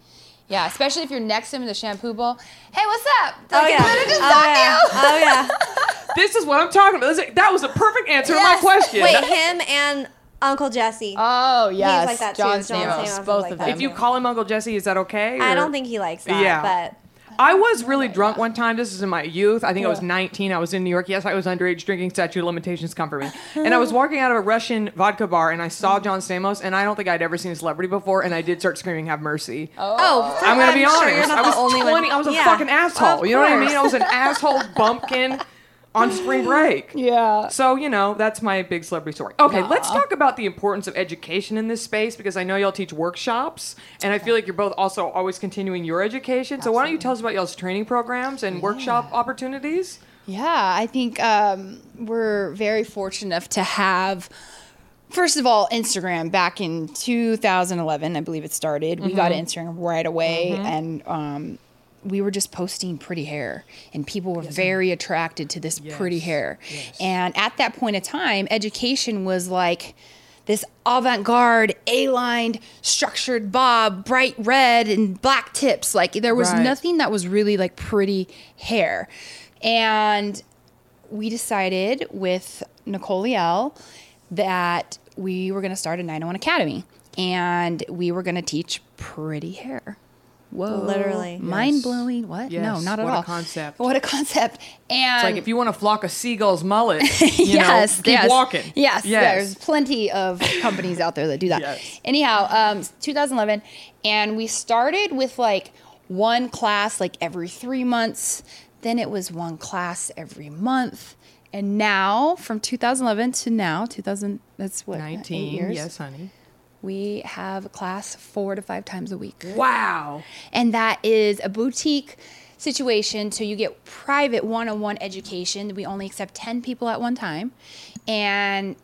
Speaker 5: Yeah, especially if you're next to him in the shampoo bowl. Hey, what's up?
Speaker 4: Oh
Speaker 5: Like,
Speaker 4: yeah.
Speaker 5: "Literally just
Speaker 4: oh,
Speaker 5: saw
Speaker 4: yeah.
Speaker 5: you."
Speaker 4: oh yeah.
Speaker 2: This is what I'm talking about. This- That was a perfect answer to
Speaker 5: Yes.
Speaker 2: my question.
Speaker 4: Wait, him and Uncle Jesse.
Speaker 5: Oh yes,
Speaker 4: like that too.
Speaker 5: John
Speaker 4: John
Speaker 5: Stamos.
Speaker 4: Stamos is
Speaker 5: Both
Speaker 4: like
Speaker 5: of
Speaker 4: that.
Speaker 5: them.
Speaker 2: if you call him Uncle Jesse, is that okay?
Speaker 4: I
Speaker 2: or-
Speaker 4: don't think he likes that.
Speaker 2: Yeah.
Speaker 4: But
Speaker 2: I was really drunk one time. This is in my youth. I think I was 19. I was in New York. Yes, I was underage drinking. Statute of limitations come for me. And I was walking out of a Russian vodka bar, and I saw John Stamos, and I don't think I'd ever seen a celebrity before, and I did start screaming, "Have mercy!"
Speaker 4: oh,
Speaker 2: I'm gonna be
Speaker 4: sure
Speaker 2: honest.
Speaker 4: you're not
Speaker 2: I
Speaker 4: the
Speaker 2: was
Speaker 4: only
Speaker 2: 20.
Speaker 4: one.
Speaker 2: I was a
Speaker 4: Yeah.
Speaker 2: fucking
Speaker 4: Of
Speaker 2: asshole. You know what I mean?
Speaker 4: course.
Speaker 2: I was an asshole bumpkin on spring break.
Speaker 5: Yeah.
Speaker 2: So you know that's my big celebrity story. Okay, let's talk about the importance of education in this space because I know y'all teach workshops, and I feel like you're both also always continuing your education. So why don't you tell us about y'all's training programs and workshop opportunities?
Speaker 5: Yeah, I think um, we're very fortunate enough to have. First of all, Instagram back in 2011, I believe it started. We got Instagram right away, and um, we were just posting pretty hair, and people were very attracted to this pretty hair. And at that point in time, education was like this avant garde, A lined, structured bob, bright red, and black tips. Like there was
Speaker 2: Right.
Speaker 5: nothing that was really like pretty hair. And we decided with Nicole Liel that we were going to start a 901 Academy and we were going to teach pretty hair. Whoa.
Speaker 4: Literally.
Speaker 5: Mind blowing. What? No,
Speaker 2: Yes.
Speaker 5: not at
Speaker 2: What a
Speaker 5: all.
Speaker 2: concept.
Speaker 5: What a concept. And
Speaker 2: It's like if you want to flock a seagull's mullet, you
Speaker 5: yes,
Speaker 2: know, keep
Speaker 5: yes.
Speaker 2: walking.
Speaker 5: Yes, there's plenty of companies out there that do that.
Speaker 2: Yes.
Speaker 5: Anyhow, um, 2011, and we started with like one class like every three months. Then it was one class every month, and now from 2011 to now, 2000 that's what eight
Speaker 2: 19.
Speaker 5: years?
Speaker 2: Yes, honey.
Speaker 5: we have a class four to five times a week
Speaker 2: Wow.
Speaker 5: and that is a boutique situation so you get private one-on-one education we only accept 10 people at one time and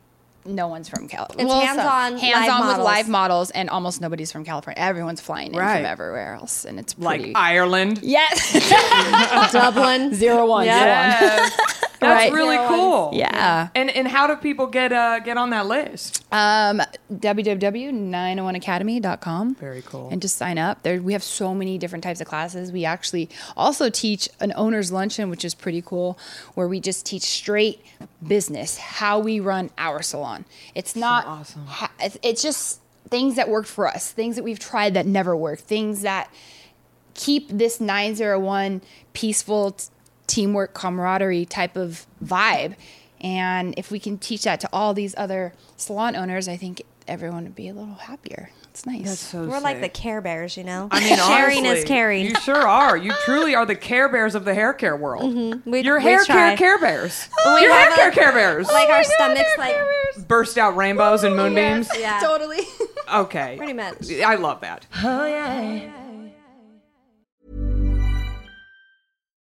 Speaker 5: no one's from California.
Speaker 4: It's hands-on, live
Speaker 5: hands-on with
Speaker 4: models.
Speaker 5: live models, and almost nobody's from California. Everyone's flying in
Speaker 2: Right.
Speaker 5: from everywhere else, and it's
Speaker 2: Like
Speaker 5: pretty.
Speaker 2: Ireland.
Speaker 5: yes,
Speaker 4: Dublin.
Speaker 5: zero one,
Speaker 4: Yeah.
Speaker 2: Yes. That's
Speaker 5: Right.
Speaker 2: really
Speaker 4: Zero
Speaker 2: cool.
Speaker 5: Yeah.
Speaker 2: And and how do people get uh, get on that list?
Speaker 4: Uh,
Speaker 5: Um, www.901academy.com.
Speaker 2: Very cool.
Speaker 5: And just sign up. There, we have so many different types of classes. We actually also teach an owner's luncheon, which is pretty cool, where we just teach straight business, how we run our salon. It's not
Speaker 2: awesome.
Speaker 5: ha- it's- it's just things that worked for us, things that we've tried that never worked, things that keep this 901 peaceful t- teamwork camaraderie type of vibe and if we can teach that to all these other salon owners i think everyone would be a little happier it's nice
Speaker 4: We're like the Care Bears, you know.
Speaker 2: I mean,
Speaker 4: sharing
Speaker 2: honestly,
Speaker 4: is caring.
Speaker 2: You sure are. You truly are the care bears of the hair care world.
Speaker 4: Mm-hmm. We-
Speaker 2: Your
Speaker 4: we
Speaker 2: hair
Speaker 4: try.
Speaker 2: care care bears.
Speaker 4: We
Speaker 2: Your hair
Speaker 4: have
Speaker 2: care
Speaker 4: a-
Speaker 2: care bears.
Speaker 4: Like our stomachs, like
Speaker 2: burst out rainbows and moonbeams.
Speaker 4: yeah,
Speaker 5: totally
Speaker 2: Okay.
Speaker 4: pretty much.
Speaker 2: I love that.
Speaker 6: Oh,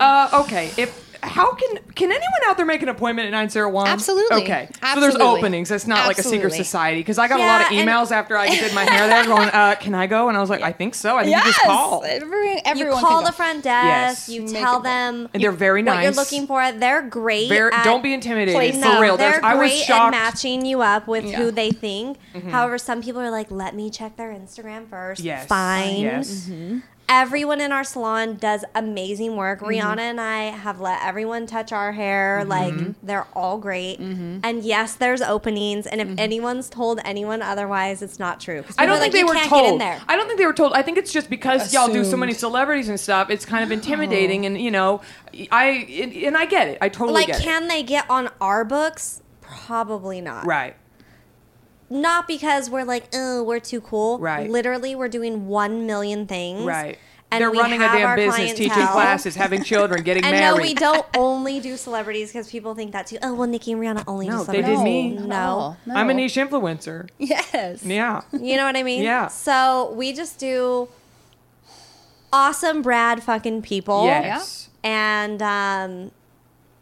Speaker 2: Uh, okay. If how can can anyone out there make an appointment at 901?
Speaker 5: Absolutely.
Speaker 2: Okay. So there's
Speaker 5: Absolutely.
Speaker 2: openings. It's not like a secret
Speaker 5: Absolutely.
Speaker 2: society because I got a
Speaker 4: Yeah,
Speaker 2: lot of
Speaker 4: and-
Speaker 2: emails after I did my hair there going, uh, can I go? And I was like, I think so. I think you just call.
Speaker 5: Every-
Speaker 4: You
Speaker 5: everyone
Speaker 4: call
Speaker 5: can go.
Speaker 4: the front
Speaker 2: Yes.
Speaker 4: desk. You
Speaker 5: Make
Speaker 4: tell
Speaker 5: it work.
Speaker 4: them
Speaker 2: And they're very
Speaker 4: what you're
Speaker 2: nice.
Speaker 4: looking for. They're great.
Speaker 2: Very-
Speaker 4: at-
Speaker 2: don't be intimidated,
Speaker 4: Please,
Speaker 2: for
Speaker 4: no,
Speaker 2: real.
Speaker 4: They're
Speaker 2: That's- I was
Speaker 4: great at
Speaker 2: shocked.
Speaker 4: matching you up with
Speaker 5: Yeah.
Speaker 4: who they think. However, some people are like, "Let me check their Instagram first.
Speaker 2: Yes.
Speaker 4: Fine. Mm-hmm.
Speaker 2: Yes.
Speaker 4: Everyone in our salon does amazing work.
Speaker 2: Mm-hmm.
Speaker 4: Rihanna and I have let everyone touch our hair. Like they're all great.
Speaker 2: Mm-hmm.
Speaker 4: And yes, there's openings. And if anyone's told anyone otherwise, it's not true. 'Cause
Speaker 2: I don't
Speaker 4: people
Speaker 2: think they
Speaker 4: are
Speaker 2: were
Speaker 4: like, "You can't
Speaker 2: told.
Speaker 4: Get in there.
Speaker 2: I don't think they were told. I think it's just because y'all do so many
Speaker 5: Assumed.
Speaker 2: celebrities and stuff. It's kind of intimidating, and you know, I and, and I get it. I totally
Speaker 4: like
Speaker 2: get it.
Speaker 4: can they get on our books probably not
Speaker 2: Right.
Speaker 4: not because we're like oh we're too cool
Speaker 2: Right.
Speaker 4: literally we're doing one million things
Speaker 2: Right.
Speaker 4: and
Speaker 2: They're
Speaker 4: we
Speaker 2: running a
Speaker 4: have
Speaker 2: damn
Speaker 4: our
Speaker 2: business, teaching
Speaker 4: clientele.
Speaker 2: classes, having children, getting
Speaker 4: and
Speaker 2: married.
Speaker 4: no, we don't only do celebrities because people think that too. Oh well, Nicki and Rihanna only do
Speaker 2: No, they
Speaker 4: celebrities.
Speaker 2: did me.
Speaker 4: No,
Speaker 5: Not at all. No.
Speaker 2: I'm a niche influencer.
Speaker 5: Yes.
Speaker 2: Yeah.
Speaker 4: you know what I mean.
Speaker 2: Yeah.
Speaker 4: So we just do awesome Brad fucking people.
Speaker 2: Yes.
Speaker 4: and um,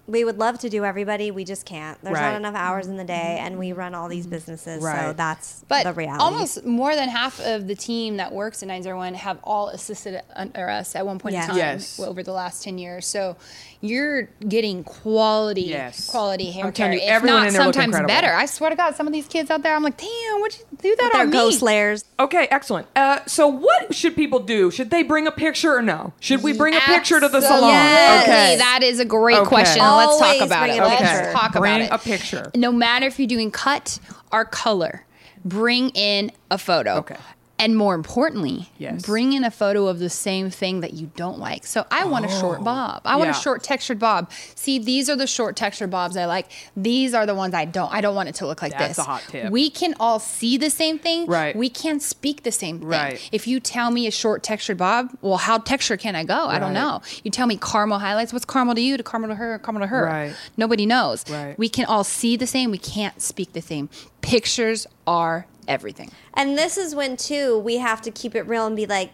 Speaker 4: we would love to do everybody. We just can't. There's
Speaker 2: Right.
Speaker 4: not enough hours in the day, and we run all these businesses, so
Speaker 2: Right.
Speaker 4: that's
Speaker 5: But
Speaker 4: the reality.
Speaker 5: almost more than half of the team that works in 901 have all assisted un- or us at one point
Speaker 4: Yes.
Speaker 5: in time
Speaker 2: Yes.
Speaker 5: over the last 10 years. So you're getting quality,
Speaker 2: Yes.
Speaker 5: quality hair
Speaker 2: I'm telling
Speaker 5: care,
Speaker 2: you,
Speaker 5: if
Speaker 2: everyone
Speaker 5: not
Speaker 2: in there look
Speaker 5: sometimes
Speaker 2: incredible.
Speaker 5: better. I swear to God, some of these kids out there, I'm like, damn, what you do that
Speaker 4: they're
Speaker 5: on me?
Speaker 4: ghost layers.
Speaker 2: Okay, excellent. Uh, so, what should people do? Should they bring a picture or no? Should we bring a picture to the salon?
Speaker 5: Absolutely.
Speaker 2: Okay.
Speaker 5: That is a great
Speaker 2: Okay.
Speaker 5: question. Let's
Speaker 4: Always
Speaker 5: talk about
Speaker 4: bring
Speaker 5: it.
Speaker 4: a
Speaker 5: Let's
Speaker 4: picture.
Speaker 5: talk about
Speaker 2: Bring
Speaker 5: it.
Speaker 2: a picture.
Speaker 5: No matter if you're doing cut or color, bring in a photo.
Speaker 2: Okay.
Speaker 5: And more importantly,
Speaker 2: Yes.
Speaker 5: bring in a photo of the same thing that you don't like. So I want a short bob. I want
Speaker 2: Oh. Yeah.
Speaker 5: a short textured bob. See, these are the short textured bobs I like. These are the ones I don't. I don't want it to look like
Speaker 2: That's
Speaker 5: this.
Speaker 2: a hot tip.
Speaker 5: We can all see the same thing.
Speaker 2: Right.
Speaker 5: We can speak the same thing.
Speaker 2: Right.
Speaker 5: If you tell me a short textured bob, well, how textured can I go? I don't
Speaker 2: Right.
Speaker 5: know. You tell me caramel highlights. What's caramel to you? To caramel to her? Caramel to her?
Speaker 2: Right.
Speaker 5: Nobody knows.
Speaker 2: Right.
Speaker 5: We can all see the same. We can't speak the same. Pictures are everything.
Speaker 4: And this is when too we have to keep it real and be like,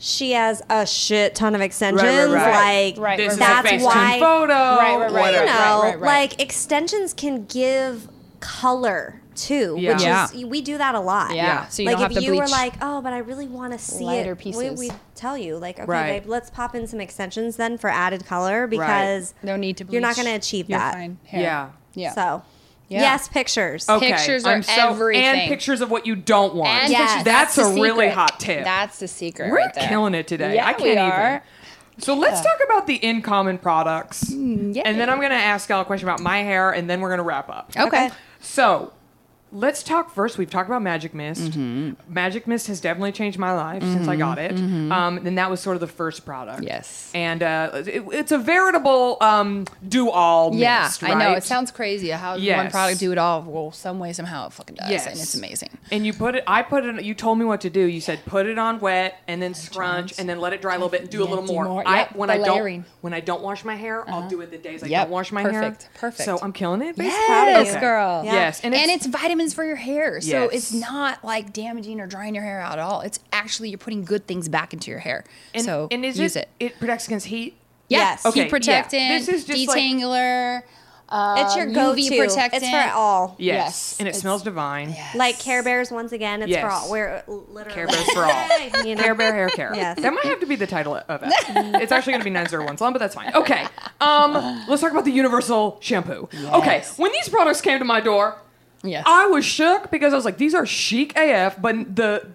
Speaker 4: she has a shit ton of extensions.
Speaker 2: right.
Speaker 4: Like
Speaker 5: Right,
Speaker 2: this is
Speaker 4: that's
Speaker 2: a FaceTime
Speaker 4: why.
Speaker 2: photo.
Speaker 5: Right, right, right,
Speaker 4: you
Speaker 2: whatever.
Speaker 4: know,
Speaker 5: right, right.
Speaker 4: like extensions can give color too,
Speaker 2: Yeah.
Speaker 4: which
Speaker 5: Yeah.
Speaker 4: is we do that a lot.
Speaker 5: Yeah, so you
Speaker 4: like
Speaker 5: don't
Speaker 4: if
Speaker 5: have to
Speaker 4: you were
Speaker 5: bleach.
Speaker 4: like, oh, but I really want to see
Speaker 5: Lighter
Speaker 4: it,
Speaker 5: pieces.
Speaker 4: We, we tell you like, okay,
Speaker 2: Right.
Speaker 4: babe, let's pop in some extensions then for added color because
Speaker 5: No need to. Bleach.
Speaker 4: You're not going to achieve
Speaker 5: You're
Speaker 4: that.
Speaker 5: fine. Hair.
Speaker 2: Yeah.
Speaker 5: Yeah.
Speaker 4: So
Speaker 5: Yeah.
Speaker 4: yes, pictures.
Speaker 2: Okay.
Speaker 5: Pictures are
Speaker 2: I'm so- And
Speaker 5: everything.
Speaker 2: pictures of what you don't want.
Speaker 5: And
Speaker 4: Yes.
Speaker 5: pictures-
Speaker 2: That's
Speaker 5: the
Speaker 2: a really
Speaker 5: secret.
Speaker 2: hot tip.
Speaker 5: That's the secret.
Speaker 2: We're
Speaker 5: right there.
Speaker 2: killing it today.
Speaker 5: Yeah,
Speaker 2: I can't
Speaker 5: we
Speaker 2: even.
Speaker 5: are.
Speaker 2: So let's talk about the in common products.
Speaker 4: Mm,
Speaker 2: And then I'm going to ask y'all a question about my hair, and then we're going to wrap up.
Speaker 5: Okay.
Speaker 2: So let's talk first. We've talked about Magic Mist.
Speaker 5: Mm-hmm.
Speaker 2: Magic Mist has definitely changed my life since I got it. Um, and that was sort of the first product.
Speaker 5: Yes.
Speaker 2: And uh, it- it's a veritable um, do all
Speaker 5: Yeah,
Speaker 2: mist.
Speaker 5: I know.
Speaker 2: right?
Speaker 5: It sounds crazy how one
Speaker 2: Yes.
Speaker 5: product do it all. Well, some way, somehow, it fucking does,
Speaker 2: Yes.
Speaker 5: and it's amazing.
Speaker 2: And you put it, I put it, you told me what to do. You said put it on wet and then scrunch and then let it dry a little bit and do a
Speaker 5: Yeah,
Speaker 2: little
Speaker 5: do
Speaker 2: more.
Speaker 5: more.
Speaker 2: I,
Speaker 5: Yep,
Speaker 2: when
Speaker 5: the
Speaker 2: I don't,
Speaker 5: layering. Uh-huh.
Speaker 2: when I don't wash my hair, I'll do it the days I
Speaker 5: Yep,
Speaker 2: don't wash my
Speaker 5: perfect,
Speaker 2: hair.
Speaker 5: perfect.
Speaker 2: So I'm killing it. basically.
Speaker 4: proud of
Speaker 5: Yes,
Speaker 4: you.
Speaker 5: girl.
Speaker 4: Yeah.
Speaker 2: Yes.
Speaker 5: And, it's, vitamins for your hair. So
Speaker 2: Yes.
Speaker 5: it's not like damaging or drying your hair out at all. It's actually you're putting good things back into your hair.
Speaker 2: and,
Speaker 5: so
Speaker 2: and is
Speaker 5: use
Speaker 2: it,
Speaker 5: it.
Speaker 2: it protects against heat.
Speaker 5: Yeah.
Speaker 4: Yes.
Speaker 5: Heat
Speaker 2: Okay, yeah.
Speaker 5: protectant,
Speaker 2: This is just like-
Speaker 5: detangler. uh,
Speaker 4: it's your
Speaker 5: UV
Speaker 4: go-to. It's
Speaker 5: protectant.
Speaker 4: for all.
Speaker 2: Yes.
Speaker 5: Yes,
Speaker 2: And it
Speaker 5: it's-
Speaker 2: smells divine.
Speaker 4: Like Care Bears once again. It's for
Speaker 2: Yes.
Speaker 4: all. We're literally
Speaker 2: Care Bears for all.
Speaker 4: You know?
Speaker 2: Care Bear hair care.
Speaker 4: Yes.
Speaker 2: That might have to be the title of it. it's actually going to be 901 Salon, but that's fine. Okay. Um, let's talk about the universal shampoo. Okay. When these products came to my door,
Speaker 5: Yes.
Speaker 2: I was shook because I was like, these are chic AF, but the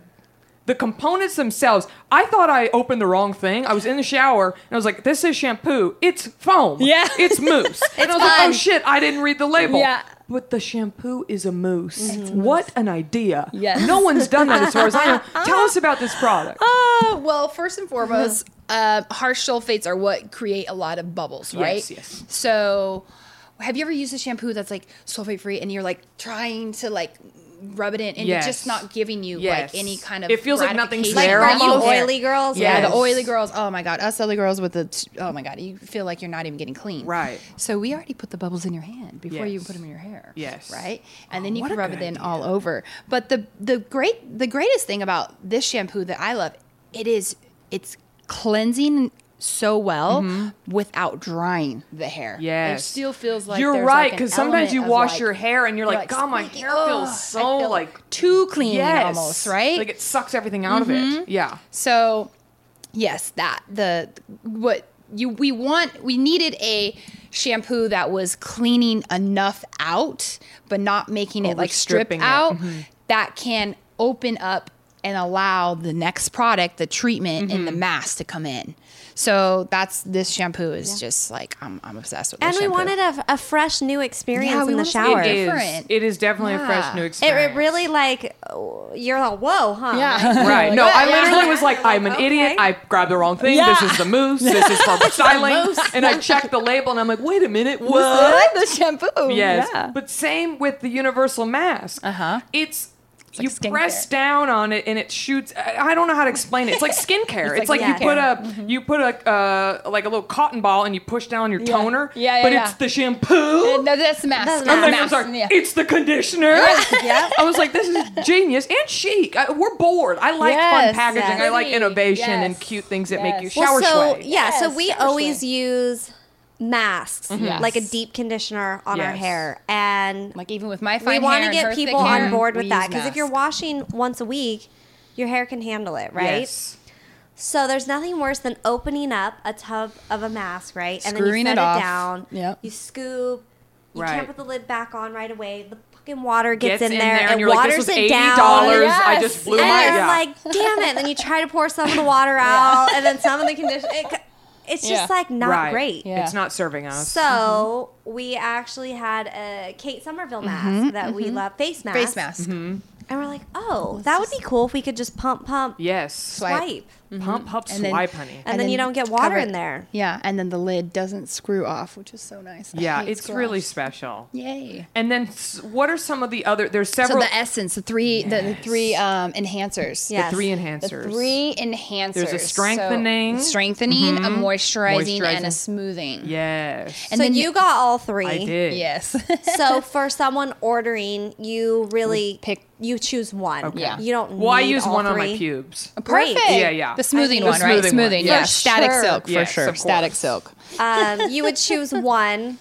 Speaker 2: the components themselves, I thought I opened the wrong thing. I was in the shower and I was like, this is shampoo. It's foam.
Speaker 5: Yeah.
Speaker 2: It's mousse. and I was like, oh shit, I didn't read the label.
Speaker 5: Yeah.
Speaker 2: But the shampoo is a mousse. What an idea.
Speaker 5: Yes.
Speaker 2: No one's done that as far as I know. Tell us about this product.
Speaker 5: Uh, well, first and
Speaker 2: Uh-huh.
Speaker 5: foremost, uh, harsh sulfates are what create a lot of bubbles, right?
Speaker 2: yes.
Speaker 5: So, have you ever used a shampoo that's like sulfate free and you're like trying to like rub it in and
Speaker 2: Yes.
Speaker 5: it's just not giving you
Speaker 2: Yes.
Speaker 5: like any kind of
Speaker 2: It feels like nothing's
Speaker 4: Like
Speaker 2: there
Speaker 5: gratification?
Speaker 4: for you
Speaker 2: almost.
Speaker 4: oily girls.
Speaker 5: Yeah,
Speaker 2: Yes.
Speaker 5: the oily girls. Oh my god, us oily girls with the. Oh my god, you feel like you're not even getting clean.
Speaker 2: Right.
Speaker 5: So we already put the bubbles in your hand before you
Speaker 2: Yes.
Speaker 5: put them in your hair.
Speaker 2: Yes. Oh,
Speaker 5: Right. And then you
Speaker 2: what
Speaker 5: can
Speaker 2: a
Speaker 5: rub it
Speaker 2: good
Speaker 5: in all over. But the the great the greatest thing about this shampoo that I love, it is it's cleansing so well without drying the hair.
Speaker 2: Mm-hmm. Yes.
Speaker 5: It still feels like
Speaker 2: You're
Speaker 5: there's,
Speaker 2: right,
Speaker 5: like, an
Speaker 2: sometimes you
Speaker 5: element of,
Speaker 2: wash
Speaker 5: like-
Speaker 2: your hair and you're, like, God, my
Speaker 5: squeaky.
Speaker 2: hair
Speaker 5: Ugh,
Speaker 2: feels
Speaker 5: I
Speaker 2: so
Speaker 5: feel
Speaker 2: like
Speaker 5: too clean
Speaker 2: yes.
Speaker 5: almost, right?
Speaker 2: Like it sucks everything out of it. Yeah.
Speaker 5: So, yes, that the what you we want we needed a shampoo that was cleaning enough out, but not making it like strip
Speaker 2: Overstripping it. Mm-hmm.
Speaker 5: out. That can open up and allow the next product, the treatment, and the
Speaker 2: Mm-hmm.
Speaker 5: mask to come in. So that's this shampoo is just like I'm, I'm obsessed with.
Speaker 4: And
Speaker 5: this
Speaker 4: we
Speaker 5: shampoo.
Speaker 4: wanted a, a fresh new experience
Speaker 5: Yeah, we
Speaker 4: in the
Speaker 5: wanted
Speaker 4: shower.
Speaker 5: something
Speaker 4: It,
Speaker 5: different.
Speaker 2: Is, it is definitely a fresh new
Speaker 4: it
Speaker 2: experience.
Speaker 4: really like oh, you're like whoa, huh?
Speaker 5: yeah,
Speaker 2: Right. No, I
Speaker 5: Yeah.
Speaker 2: literally was like, I'm an idiot.
Speaker 4: Okay.
Speaker 2: I grabbed the wrong thing. This is the mousse. This is for styling. and I checked the label and I'm like, wait a minute, what?
Speaker 5: the shampoo.
Speaker 2: Yes. But same with the universal mask.
Speaker 5: Uh-huh.
Speaker 2: It's,
Speaker 5: like
Speaker 2: you
Speaker 5: skincare.
Speaker 2: press down on it and it shoots. I I don't know how to explain it. It's like skincare. it's
Speaker 5: like
Speaker 2: like, you put
Speaker 5: skincare.
Speaker 2: a you put a uh, like a little cotton ball and you push down your toner.
Speaker 5: Yeah, yeah,
Speaker 2: But
Speaker 5: yeah.
Speaker 2: it's the shampoo.
Speaker 5: No, that's the mask. That's
Speaker 4: That's the
Speaker 5: the
Speaker 2: Like, I'm
Speaker 5: mask.
Speaker 2: Oh sorry,
Speaker 5: Yeah.
Speaker 2: it's the conditioner. I was like, this is genius and chic. I, we're bored. I like fun
Speaker 5: Yes,
Speaker 2: packaging. I like
Speaker 5: definitely.
Speaker 2: innovation
Speaker 5: Yes.
Speaker 2: and cute things that make you
Speaker 5: Yes.
Speaker 2: shower
Speaker 4: so
Speaker 2: sway.
Speaker 4: yeah, so
Speaker 5: Yes,
Speaker 4: we
Speaker 5: shower
Speaker 4: always
Speaker 5: sway.
Speaker 4: use masks,
Speaker 5: Yes.
Speaker 4: like a deep conditioner on our
Speaker 2: Yes.
Speaker 4: hair, and
Speaker 5: Like even with my fine
Speaker 4: we want
Speaker 5: hair
Speaker 4: to
Speaker 5: and her
Speaker 4: get
Speaker 5: thick
Speaker 4: people
Speaker 5: hair,
Speaker 4: on board with
Speaker 5: we
Speaker 4: that
Speaker 5: use
Speaker 4: because if you're
Speaker 5: masks.
Speaker 4: washing once a week, your hair can handle it, right?
Speaker 2: Yes.
Speaker 4: So there's nothing worse than opening up a tub of a mask, right?
Speaker 5: Screwing
Speaker 4: and then
Speaker 5: it
Speaker 4: you set
Speaker 5: off.
Speaker 4: it down.
Speaker 5: Yep.
Speaker 4: You scoop. You
Speaker 2: Right.
Speaker 4: can't put the lid back on right away. The fucking water gets,
Speaker 2: Gets
Speaker 4: in,
Speaker 2: in
Speaker 4: there,
Speaker 2: there and
Speaker 4: and,
Speaker 2: you're like,
Speaker 4: waters
Speaker 2: this was
Speaker 4: it down.
Speaker 2: $80. I just Yes. blew
Speaker 4: and
Speaker 2: my-
Speaker 4: you're
Speaker 2: yeah.
Speaker 4: like, damn it. Then you try to pour some of the water out, and then some of the conditioner. It, c- it's just
Speaker 5: Yeah.
Speaker 4: like not
Speaker 2: right. Mm-hmm.
Speaker 4: great.
Speaker 5: Yeah.
Speaker 2: It's not serving us.
Speaker 4: So we actually had a Kate Somerville mask that we love, face mask,
Speaker 5: Mm-hmm. face
Speaker 2: Mm-hmm.
Speaker 5: mask.
Speaker 4: and we're like, oh, that would be cool if we could just pump, pump,
Speaker 2: yes.
Speaker 4: swipe,
Speaker 5: Swipe.
Speaker 2: Pump, pump,
Speaker 5: And then-
Speaker 2: swipe, honey.
Speaker 4: and,
Speaker 5: And
Speaker 4: then, you
Speaker 5: then
Speaker 4: don't get water
Speaker 5: cover
Speaker 4: in
Speaker 5: it.
Speaker 4: there.
Speaker 5: Yeah, and then the lid doesn't screw off, which is so nice. I
Speaker 2: Yeah,
Speaker 5: hate
Speaker 2: it's
Speaker 5: screw
Speaker 2: really
Speaker 5: offs.
Speaker 2: special.
Speaker 5: yay.
Speaker 2: And then, s- what are some of the other? There's
Speaker 5: So
Speaker 2: several.
Speaker 5: the essence, the three, the, the three um, enhancers.
Speaker 4: Yes.
Speaker 2: three
Speaker 5: The
Speaker 2: enhancers.
Speaker 5: three enhancers.
Speaker 2: There's a
Speaker 5: So,
Speaker 2: strengthening. Mm-hmm.
Speaker 5: strengthening, a moisturizing, and a
Speaker 2: Moisturizing.
Speaker 5: smoothing.
Speaker 2: Yes.
Speaker 5: And
Speaker 4: so
Speaker 5: then
Speaker 4: you got all three.
Speaker 2: I did.
Speaker 5: yes,
Speaker 4: So for someone ordering, you really
Speaker 5: Pick-
Speaker 4: pick. You choose one.
Speaker 2: Yeah.
Speaker 4: You don't.
Speaker 2: Well, I
Speaker 4: need
Speaker 2: use
Speaker 4: all
Speaker 2: one on
Speaker 4: three. Um,
Speaker 2: my pubes.
Speaker 4: Great.
Speaker 5: Perfect.
Speaker 2: Yeah, yeah.
Speaker 5: The smoothing
Speaker 2: I- the
Speaker 5: one, right?
Speaker 2: smoothing one,
Speaker 5: Smoothing,
Speaker 2: yeah.
Speaker 5: yeah.
Speaker 4: For
Speaker 5: Static
Speaker 4: sure.
Speaker 5: silk for
Speaker 2: Yes,
Speaker 5: sure.
Speaker 2: of
Speaker 5: Static
Speaker 2: course.
Speaker 5: silk.
Speaker 4: Um, you would choose one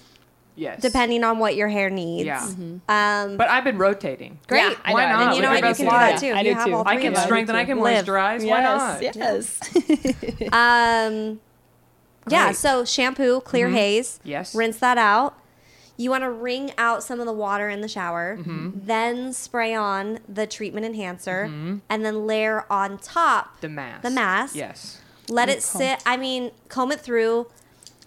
Speaker 2: Yes.
Speaker 4: depending on what your hair needs.
Speaker 2: Yeah.
Speaker 4: Um,
Speaker 2: But I've been rotating.
Speaker 4: Great.
Speaker 5: Mm-hmm. Yeah, I
Speaker 2: Why
Speaker 5: know, I
Speaker 2: not?
Speaker 5: did
Speaker 4: And
Speaker 5: too.
Speaker 4: you know
Speaker 2: Look
Speaker 4: what?
Speaker 2: at
Speaker 4: You
Speaker 2: us
Speaker 4: can do
Speaker 2: live.
Speaker 4: that too.
Speaker 5: I
Speaker 4: you
Speaker 5: do
Speaker 4: have
Speaker 5: too.
Speaker 2: I
Speaker 4: all three
Speaker 2: can
Speaker 4: of them.
Speaker 2: strengthen. I can
Speaker 4: Live.
Speaker 2: moisturize. Why not?
Speaker 5: Yes.
Speaker 4: Um, yeah,
Speaker 2: Great.
Speaker 4: so shampoo, clear haze.
Speaker 2: Mm-hmm. Yes.
Speaker 4: Rinse that out. You want to wring out some of the water in the shower,
Speaker 2: Mm-hmm.
Speaker 4: then spray on the treatment enhancer, and then layer on top
Speaker 2: Mm-hmm. The mask.
Speaker 4: The mask.
Speaker 2: Yes.
Speaker 4: Let it sit. I mean, comb it through.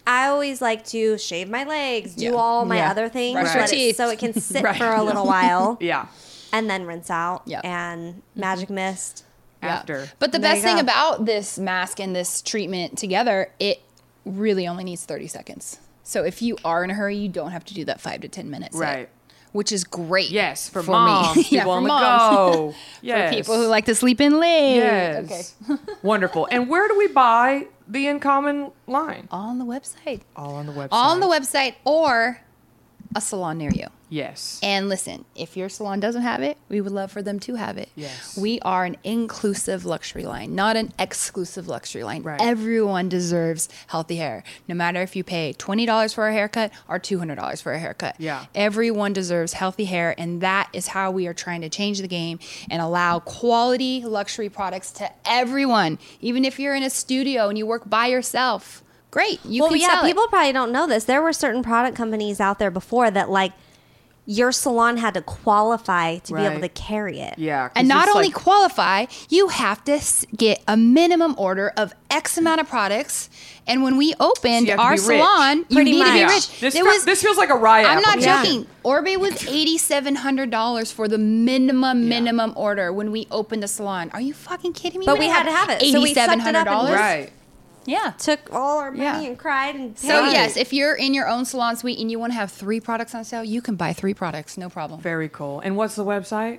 Speaker 4: I always like to shave my legs, do
Speaker 5: Yeah.
Speaker 4: all my
Speaker 5: Yeah.
Speaker 4: other things,
Speaker 5: Brush
Speaker 2: your
Speaker 4: let it-
Speaker 5: teeth.
Speaker 4: so it can sit
Speaker 2: Right.
Speaker 4: for a little while,
Speaker 2: Yeah.
Speaker 4: and then rinse out.
Speaker 5: Yeah. Mm-hmm.
Speaker 4: And magic mist.
Speaker 5: Yeah.
Speaker 2: After.
Speaker 5: But the
Speaker 4: There
Speaker 5: best
Speaker 4: you
Speaker 5: thing
Speaker 4: go.
Speaker 5: about this mask and this treatment together, it really only needs 30 seconds. So if you are in a hurry, you don't have to do that five to 10 minutes. set,
Speaker 2: Right.
Speaker 5: which is great.
Speaker 2: Yes. For,
Speaker 5: me.
Speaker 2: moms. People
Speaker 5: yeah, for
Speaker 2: on the
Speaker 5: moms.
Speaker 2: go. Yes.
Speaker 5: For people who like to sleep in late.
Speaker 2: Yes. Wonderful. And where do we buy the in common line?
Speaker 5: All on the website.
Speaker 2: All on the website.
Speaker 5: All on the website or a salon near you.
Speaker 2: Yes.
Speaker 5: And listen, if your salon doesn't have it, we would love for them to have it.
Speaker 2: Yes.
Speaker 5: We are an inclusive luxury line, not an exclusive luxury line.
Speaker 2: Right.
Speaker 5: Everyone deserves healthy hair, no matter if you pay $20 for a haircut or $200 for a haircut.
Speaker 2: Yeah.
Speaker 5: Everyone deserves healthy hair, and that is how we are trying to change the game and allow quality luxury products to everyone, even if you're in a studio and you work by yourself. Great. You
Speaker 4: well,
Speaker 5: can
Speaker 4: yeah,
Speaker 5: sell it.
Speaker 4: people probably don't know this. There were certain product companies out there before that, like, your salon had to qualify to be able
Speaker 2: Right.
Speaker 4: to carry it.
Speaker 2: yeah. 'cause
Speaker 5: and not
Speaker 2: it's
Speaker 5: only
Speaker 2: like-
Speaker 5: qualify, you have to s- get a minimum order of X amount of products. And when we opened
Speaker 2: you have to
Speaker 5: our
Speaker 2: be rich.
Speaker 5: salon, you
Speaker 4: Pretty
Speaker 5: need to be
Speaker 4: much.
Speaker 5: rich.
Speaker 2: This,
Speaker 5: It
Speaker 2: fe-
Speaker 5: was-
Speaker 2: this feels like a riot.
Speaker 5: I'm not
Speaker 2: application.
Speaker 5: joking. Orbe was $8,700 for the minimum, minimum order when we opened the salon. Are you fucking kidding me?
Speaker 4: But we
Speaker 5: didn't
Speaker 4: had to have it, so we sucked it up and-
Speaker 5: $8,700?
Speaker 2: Right.
Speaker 5: Yeah.
Speaker 4: Took all our money
Speaker 5: Yeah.
Speaker 4: and cried and
Speaker 5: So
Speaker 4: paid.
Speaker 5: yes, if you're in your own salon suite and you want to have three products on sale, you can buy three products, no problem.
Speaker 2: Very cool. And what's the website?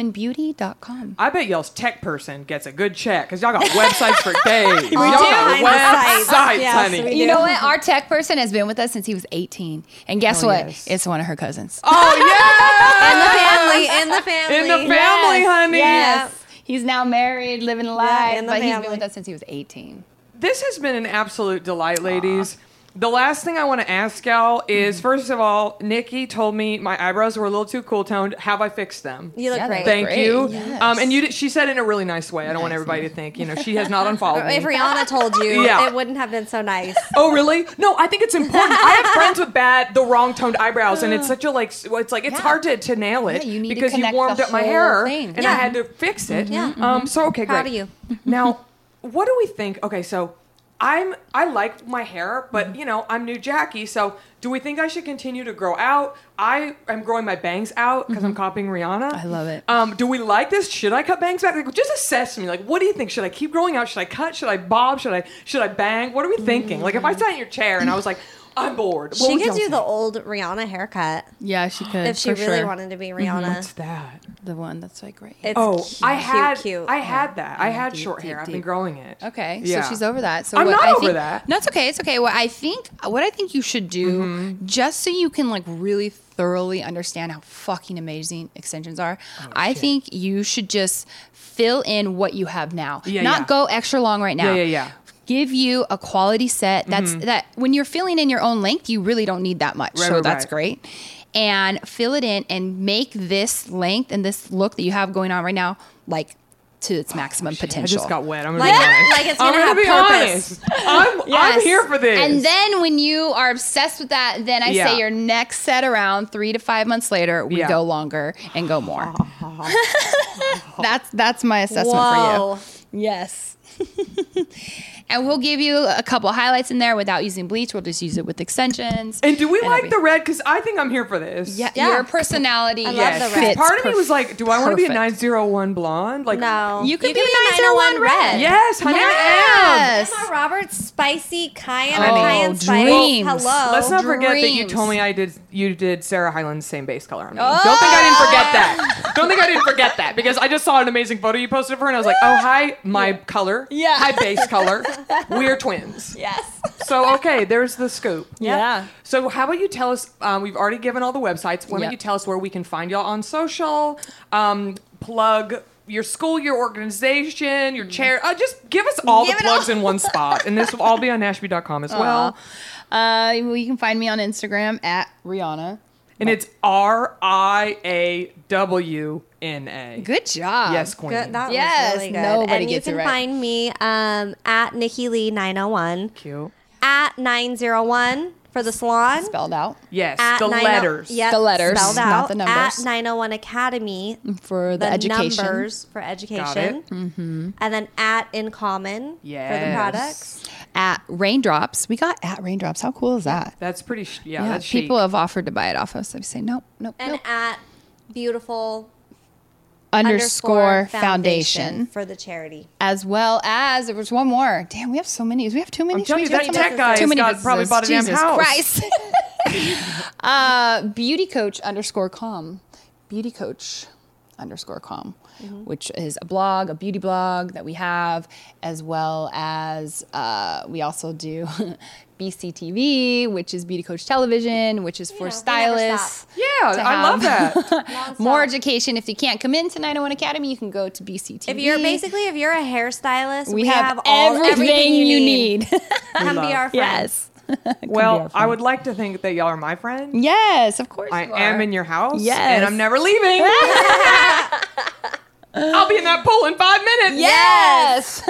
Speaker 5: Incommonbeauty.com.
Speaker 2: I bet y'all's tech person gets a good check because y'all got websites for days. we y'all got
Speaker 4: do. Kinds of sites.
Speaker 2: websites,
Speaker 4: Yes,
Speaker 2: honey.
Speaker 4: we
Speaker 5: You know what? Our tech person has been with us since he was 18. And guess
Speaker 2: Oh,
Speaker 5: what?
Speaker 2: yes.
Speaker 5: It's one of her cousins.
Speaker 2: Oh
Speaker 4: in the
Speaker 2: yeah,
Speaker 4: family, in the family,
Speaker 2: in the family, honey.
Speaker 5: Yes. He's now married, living life.
Speaker 4: in the
Speaker 5: but he's
Speaker 4: family.
Speaker 5: been with us since he was 18.
Speaker 2: This has been an absolute delight, ladies. The last thing I want to ask y'all is first of all, Nikki told me my eyebrows were a little too cool toned. Have I fixed them?
Speaker 4: You look
Speaker 5: Yeah,
Speaker 4: great.
Speaker 5: they-
Speaker 2: Thank
Speaker 5: Great.
Speaker 2: you.
Speaker 5: Yes.
Speaker 2: Um, and you did, she said it in a really nice way. I don't want everybody to think, you know, she has not
Speaker 5: Oh,
Speaker 2: unfollowed me.
Speaker 4: If Rihanna told you,
Speaker 2: Yeah.
Speaker 4: it wouldn't have been so nice.
Speaker 2: Oh really? No, I think it's important. I have friends with bad, the wrong toned eyebrows, and it's such a like. s- well, It's like it's
Speaker 5: Uh. Yeah.
Speaker 2: hard to, to nail it
Speaker 5: Yeah, you need to
Speaker 2: because you
Speaker 5: connect
Speaker 2: warmed
Speaker 5: the
Speaker 2: up my
Speaker 5: whole
Speaker 2: hair
Speaker 5: thing.
Speaker 2: and I
Speaker 4: Yeah.
Speaker 2: had to fix it.
Speaker 4: Yeah.
Speaker 2: Um. So okay, great.
Speaker 4: Proud of you.
Speaker 2: Now, what do we think? Okay, so I'm I like my hair, but
Speaker 5: Mm-hmm.
Speaker 2: you know I'm new Jackie. So do we think I should continue to grow out? I am growing my bangs out because I'm copying Rihanna.
Speaker 5: Mm-hmm. I love it.
Speaker 2: Um, do we like this? Should I cut bangs back? Like, just assess me. Like, what do you think? Should I keep growing out? Should I cut? Should I bob? Should I should I bang? What are we thinking? Like, if
Speaker 5: Mm.
Speaker 2: I sat in your chair and I was like, I'm bored. What
Speaker 4: she
Speaker 2: would
Speaker 4: could
Speaker 2: y'all
Speaker 4: do the
Speaker 2: think?
Speaker 4: old Rihanna haircut
Speaker 5: Yeah, she could.
Speaker 4: if she
Speaker 5: for
Speaker 4: really
Speaker 5: sure.
Speaker 4: wanted to be Rihanna.
Speaker 2: What's that?
Speaker 5: the one that's like right.
Speaker 4: It's
Speaker 2: Mm-hmm. Oh,
Speaker 4: cute,
Speaker 2: I had
Speaker 4: cute, cute.
Speaker 2: I had that. I had
Speaker 5: deep,
Speaker 2: short
Speaker 5: deep,
Speaker 2: hair. I've been
Speaker 5: deep.
Speaker 2: growing it.
Speaker 5: Okay,
Speaker 2: Yeah.
Speaker 5: so she's over that. So
Speaker 2: I'm
Speaker 5: what
Speaker 2: not
Speaker 5: I
Speaker 2: over
Speaker 5: think-
Speaker 2: that.
Speaker 5: No, it's okay. It's okay. What I think, what I think you should do,
Speaker 2: Mm-hmm.
Speaker 5: just so you can like really thoroughly understand how fucking amazing extensions are,
Speaker 2: Oh,
Speaker 5: I think you should just fill in what you have now.
Speaker 2: Yeah,
Speaker 5: not
Speaker 2: yeah.
Speaker 5: go extra long right now.
Speaker 2: Yeah, yeah, yeah.
Speaker 5: Give you a quality set. That's that when you're filling in your own length, you really don't need that much.
Speaker 2: Right,
Speaker 5: so
Speaker 2: right,
Speaker 5: that's
Speaker 2: right.
Speaker 5: great great and fill it in and make this length and this look that you have going on right now like to its maximum
Speaker 2: Oh, I
Speaker 5: potential.
Speaker 2: just got wet. I'm gonna
Speaker 4: Like-
Speaker 2: be honest.
Speaker 4: like it's
Speaker 2: I'm
Speaker 4: gonna
Speaker 2: gonna
Speaker 4: have
Speaker 2: be
Speaker 4: purpose.
Speaker 2: honest. I'm, I'm
Speaker 5: Yes.
Speaker 2: here for this.
Speaker 5: And then when you are obsessed with that, then I
Speaker 2: Yeah.
Speaker 5: say your next set around three to five months later, we
Speaker 2: Yeah.
Speaker 5: go longer and go more. that's that's my assessment
Speaker 4: Whoa.
Speaker 5: for you. Yes. and we'll give you a couple highlights in there without using bleach. We'll just use it with extensions.
Speaker 2: And do we
Speaker 5: it'll
Speaker 2: like
Speaker 5: be-
Speaker 2: the red? Because I think I'm here for this.
Speaker 5: Yeah,
Speaker 4: Yeah.
Speaker 5: your personality.
Speaker 4: I love the
Speaker 5: fits
Speaker 4: red.
Speaker 2: Because part of me
Speaker 5: perf-
Speaker 2: was like, do I want to be a
Speaker 5: perfect.
Speaker 2: 901 blonde? Like,
Speaker 4: No.
Speaker 5: You could
Speaker 4: can
Speaker 5: be a 901 red.
Speaker 2: Yes, honey, I am.
Speaker 5: Yes.
Speaker 4: Emma Roberts, spicy cayenne,
Speaker 5: Oh,
Speaker 4: cayenne spice.
Speaker 5: dreams.
Speaker 4: Hello.
Speaker 2: Let's not forget that you told
Speaker 5: dreams.
Speaker 2: me I did. You did Sarah Hyland's same base color on me.
Speaker 4: Oh.
Speaker 2: Don't think I didn't forget that. Don't think I didn't forget that because I just saw an amazing photo you posted of her and I was like, oh hi, my color.
Speaker 5: Yeah.
Speaker 2: Hi base color. We're twins.
Speaker 5: Yes.
Speaker 2: So okay, there's the scoop.
Speaker 5: Yeah.
Speaker 2: So how about you tell us? Um, we've already given all the websites. Why
Speaker 5: Yeah.
Speaker 2: don't you tell us where we can find y'all on social? Um, plug your school, your organization, your chair. Uh, just give us all
Speaker 5: Mm-hmm. Give
Speaker 2: the
Speaker 5: it
Speaker 2: plugs
Speaker 5: all.
Speaker 2: in one spot, and this will all be on Nashby.com as well.
Speaker 5: Uh, well, you can find me on Instagram at Rihanna.
Speaker 2: And it's R I A W N A.
Speaker 5: Good job.
Speaker 2: Yes, Queen.
Speaker 4: Good, that
Speaker 5: Yes,
Speaker 4: was really good.
Speaker 5: nobody
Speaker 4: and
Speaker 5: gets it
Speaker 4: you can
Speaker 5: right.
Speaker 4: find me um, at Nikki Lee 901,
Speaker 2: Cute.
Speaker 4: at 901 for the salon.
Speaker 5: Spelled out
Speaker 2: Yes,
Speaker 4: at
Speaker 2: the
Speaker 5: oh,
Speaker 4: 90
Speaker 2: letters.
Speaker 4: Yep,
Speaker 5: The letters,
Speaker 4: Spelled out.
Speaker 5: not the numbers.
Speaker 4: At 901 Academy.
Speaker 2: Mm-hmm.
Speaker 5: for the, education.
Speaker 4: numbers for education. Mm-hmm. And then at in common for the
Speaker 2: Yes.
Speaker 4: products.
Speaker 5: At raindrops, we got at raindrops. How cool is that?
Speaker 2: That's pretty. Sh- yeah,
Speaker 5: Yeah,
Speaker 2: that's chic.
Speaker 5: people have offered to buy it off us. I say nope, nope,
Speaker 4: And
Speaker 5: nope.
Speaker 4: at beautiful
Speaker 5: Underscore foundation,
Speaker 4: for the charity.
Speaker 5: as well as there was one more. Damn, we have so many. We have too many.
Speaker 2: I'm telling
Speaker 5: Should we
Speaker 2: you,
Speaker 5: do
Speaker 2: that
Speaker 5: some-
Speaker 2: tech guy
Speaker 5: too
Speaker 2: has
Speaker 5: many
Speaker 2: got- probably
Speaker 5: businesses.
Speaker 2: bought a damn
Speaker 5: Jesus
Speaker 2: house.
Speaker 5: Christ. uh, beauty coach underscore com. Beauty coach underscore com,
Speaker 2: Mm-hmm.
Speaker 5: which is a blog, a beauty blog that we have, as well as uh, we also do BCTV, which is beauty coach television, which is for
Speaker 4: know, we never
Speaker 5: stylists.
Speaker 2: yeah,
Speaker 5: to
Speaker 2: I love
Speaker 5: have.
Speaker 2: that.
Speaker 5: More education. If you can't come into 901 Academy, you can go to BCTV.
Speaker 4: If you're basically if you're a hairstylist,
Speaker 5: we,
Speaker 4: we,
Speaker 5: have,
Speaker 4: all,
Speaker 5: everything, you need.
Speaker 4: Come be our friend.
Speaker 5: yes.
Speaker 2: well, I would like to think that y'all are my friends.
Speaker 5: Yes, of course.
Speaker 2: I
Speaker 5: you
Speaker 2: am
Speaker 5: are.
Speaker 2: in your house.
Speaker 5: Yes.
Speaker 2: And I'm never leaving. I'll be in that pool in five minutes.
Speaker 5: Yes.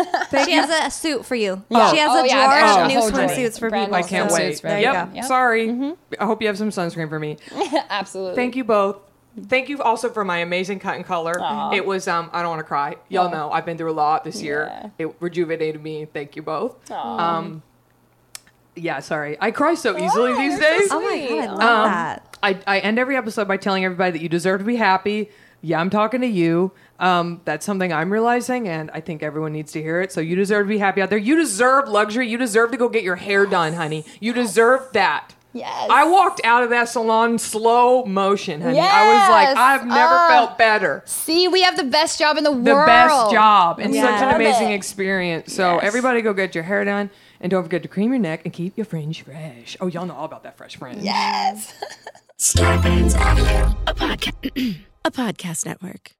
Speaker 4: She has a suit for you.
Speaker 2: Yeah.
Speaker 4: She has
Speaker 5: Oh,
Speaker 4: a
Speaker 5: yeah,
Speaker 4: drawer
Speaker 5: there's
Speaker 4: of
Speaker 5: a
Speaker 4: new
Speaker 5: whole drawer.
Speaker 4: swimsuits for
Speaker 5: Brand
Speaker 4: people.
Speaker 5: new
Speaker 2: I can't
Speaker 5: Swimsuits,
Speaker 2: wait.
Speaker 5: there
Speaker 4: There
Speaker 5: you
Speaker 2: yep.
Speaker 4: you
Speaker 5: Yep. Mm-hmm.
Speaker 2: Sorry. I hope you have some sunscreen for me.
Speaker 5: Absolutely.
Speaker 2: Thank you both. Thank you also for my amazing cut and color. It was um I don't want to cry. Y'all know I've been through a lot this year. It rejuvenated me. Thank you both. Um yeah, sorry. I cry so easily these days.
Speaker 4: go. Oh my god, I love
Speaker 2: Um,
Speaker 4: that.
Speaker 2: I, I end every episode by telling everybody that you deserve to be happy. Yeah, I'm talking to you. Um, that's something I'm realizing, and I think everyone needs to hear it. So you deserve to be happy out there. You deserve luxury. You deserve to go get your hair done, honey. You deserve that.
Speaker 5: Yes.
Speaker 2: I walked out of that salon slow motion, honey. I was
Speaker 5: Yes.
Speaker 2: like, I've never
Speaker 5: Oh.
Speaker 2: felt better.
Speaker 5: See, we have the best job in the,
Speaker 2: The
Speaker 5: world.
Speaker 2: best job. It's
Speaker 4: We
Speaker 2: such an
Speaker 4: love
Speaker 2: amazing
Speaker 5: it.
Speaker 2: experience. So
Speaker 5: Yes.
Speaker 2: everybody go get your hair done, and don't forget to cream your neck and keep your fringe fresh. Oh, y'all know all about that fresh fringe.
Speaker 5: Yes.
Speaker 1: Scorpions Avenue.
Speaker 7: A, podca- a podcast network.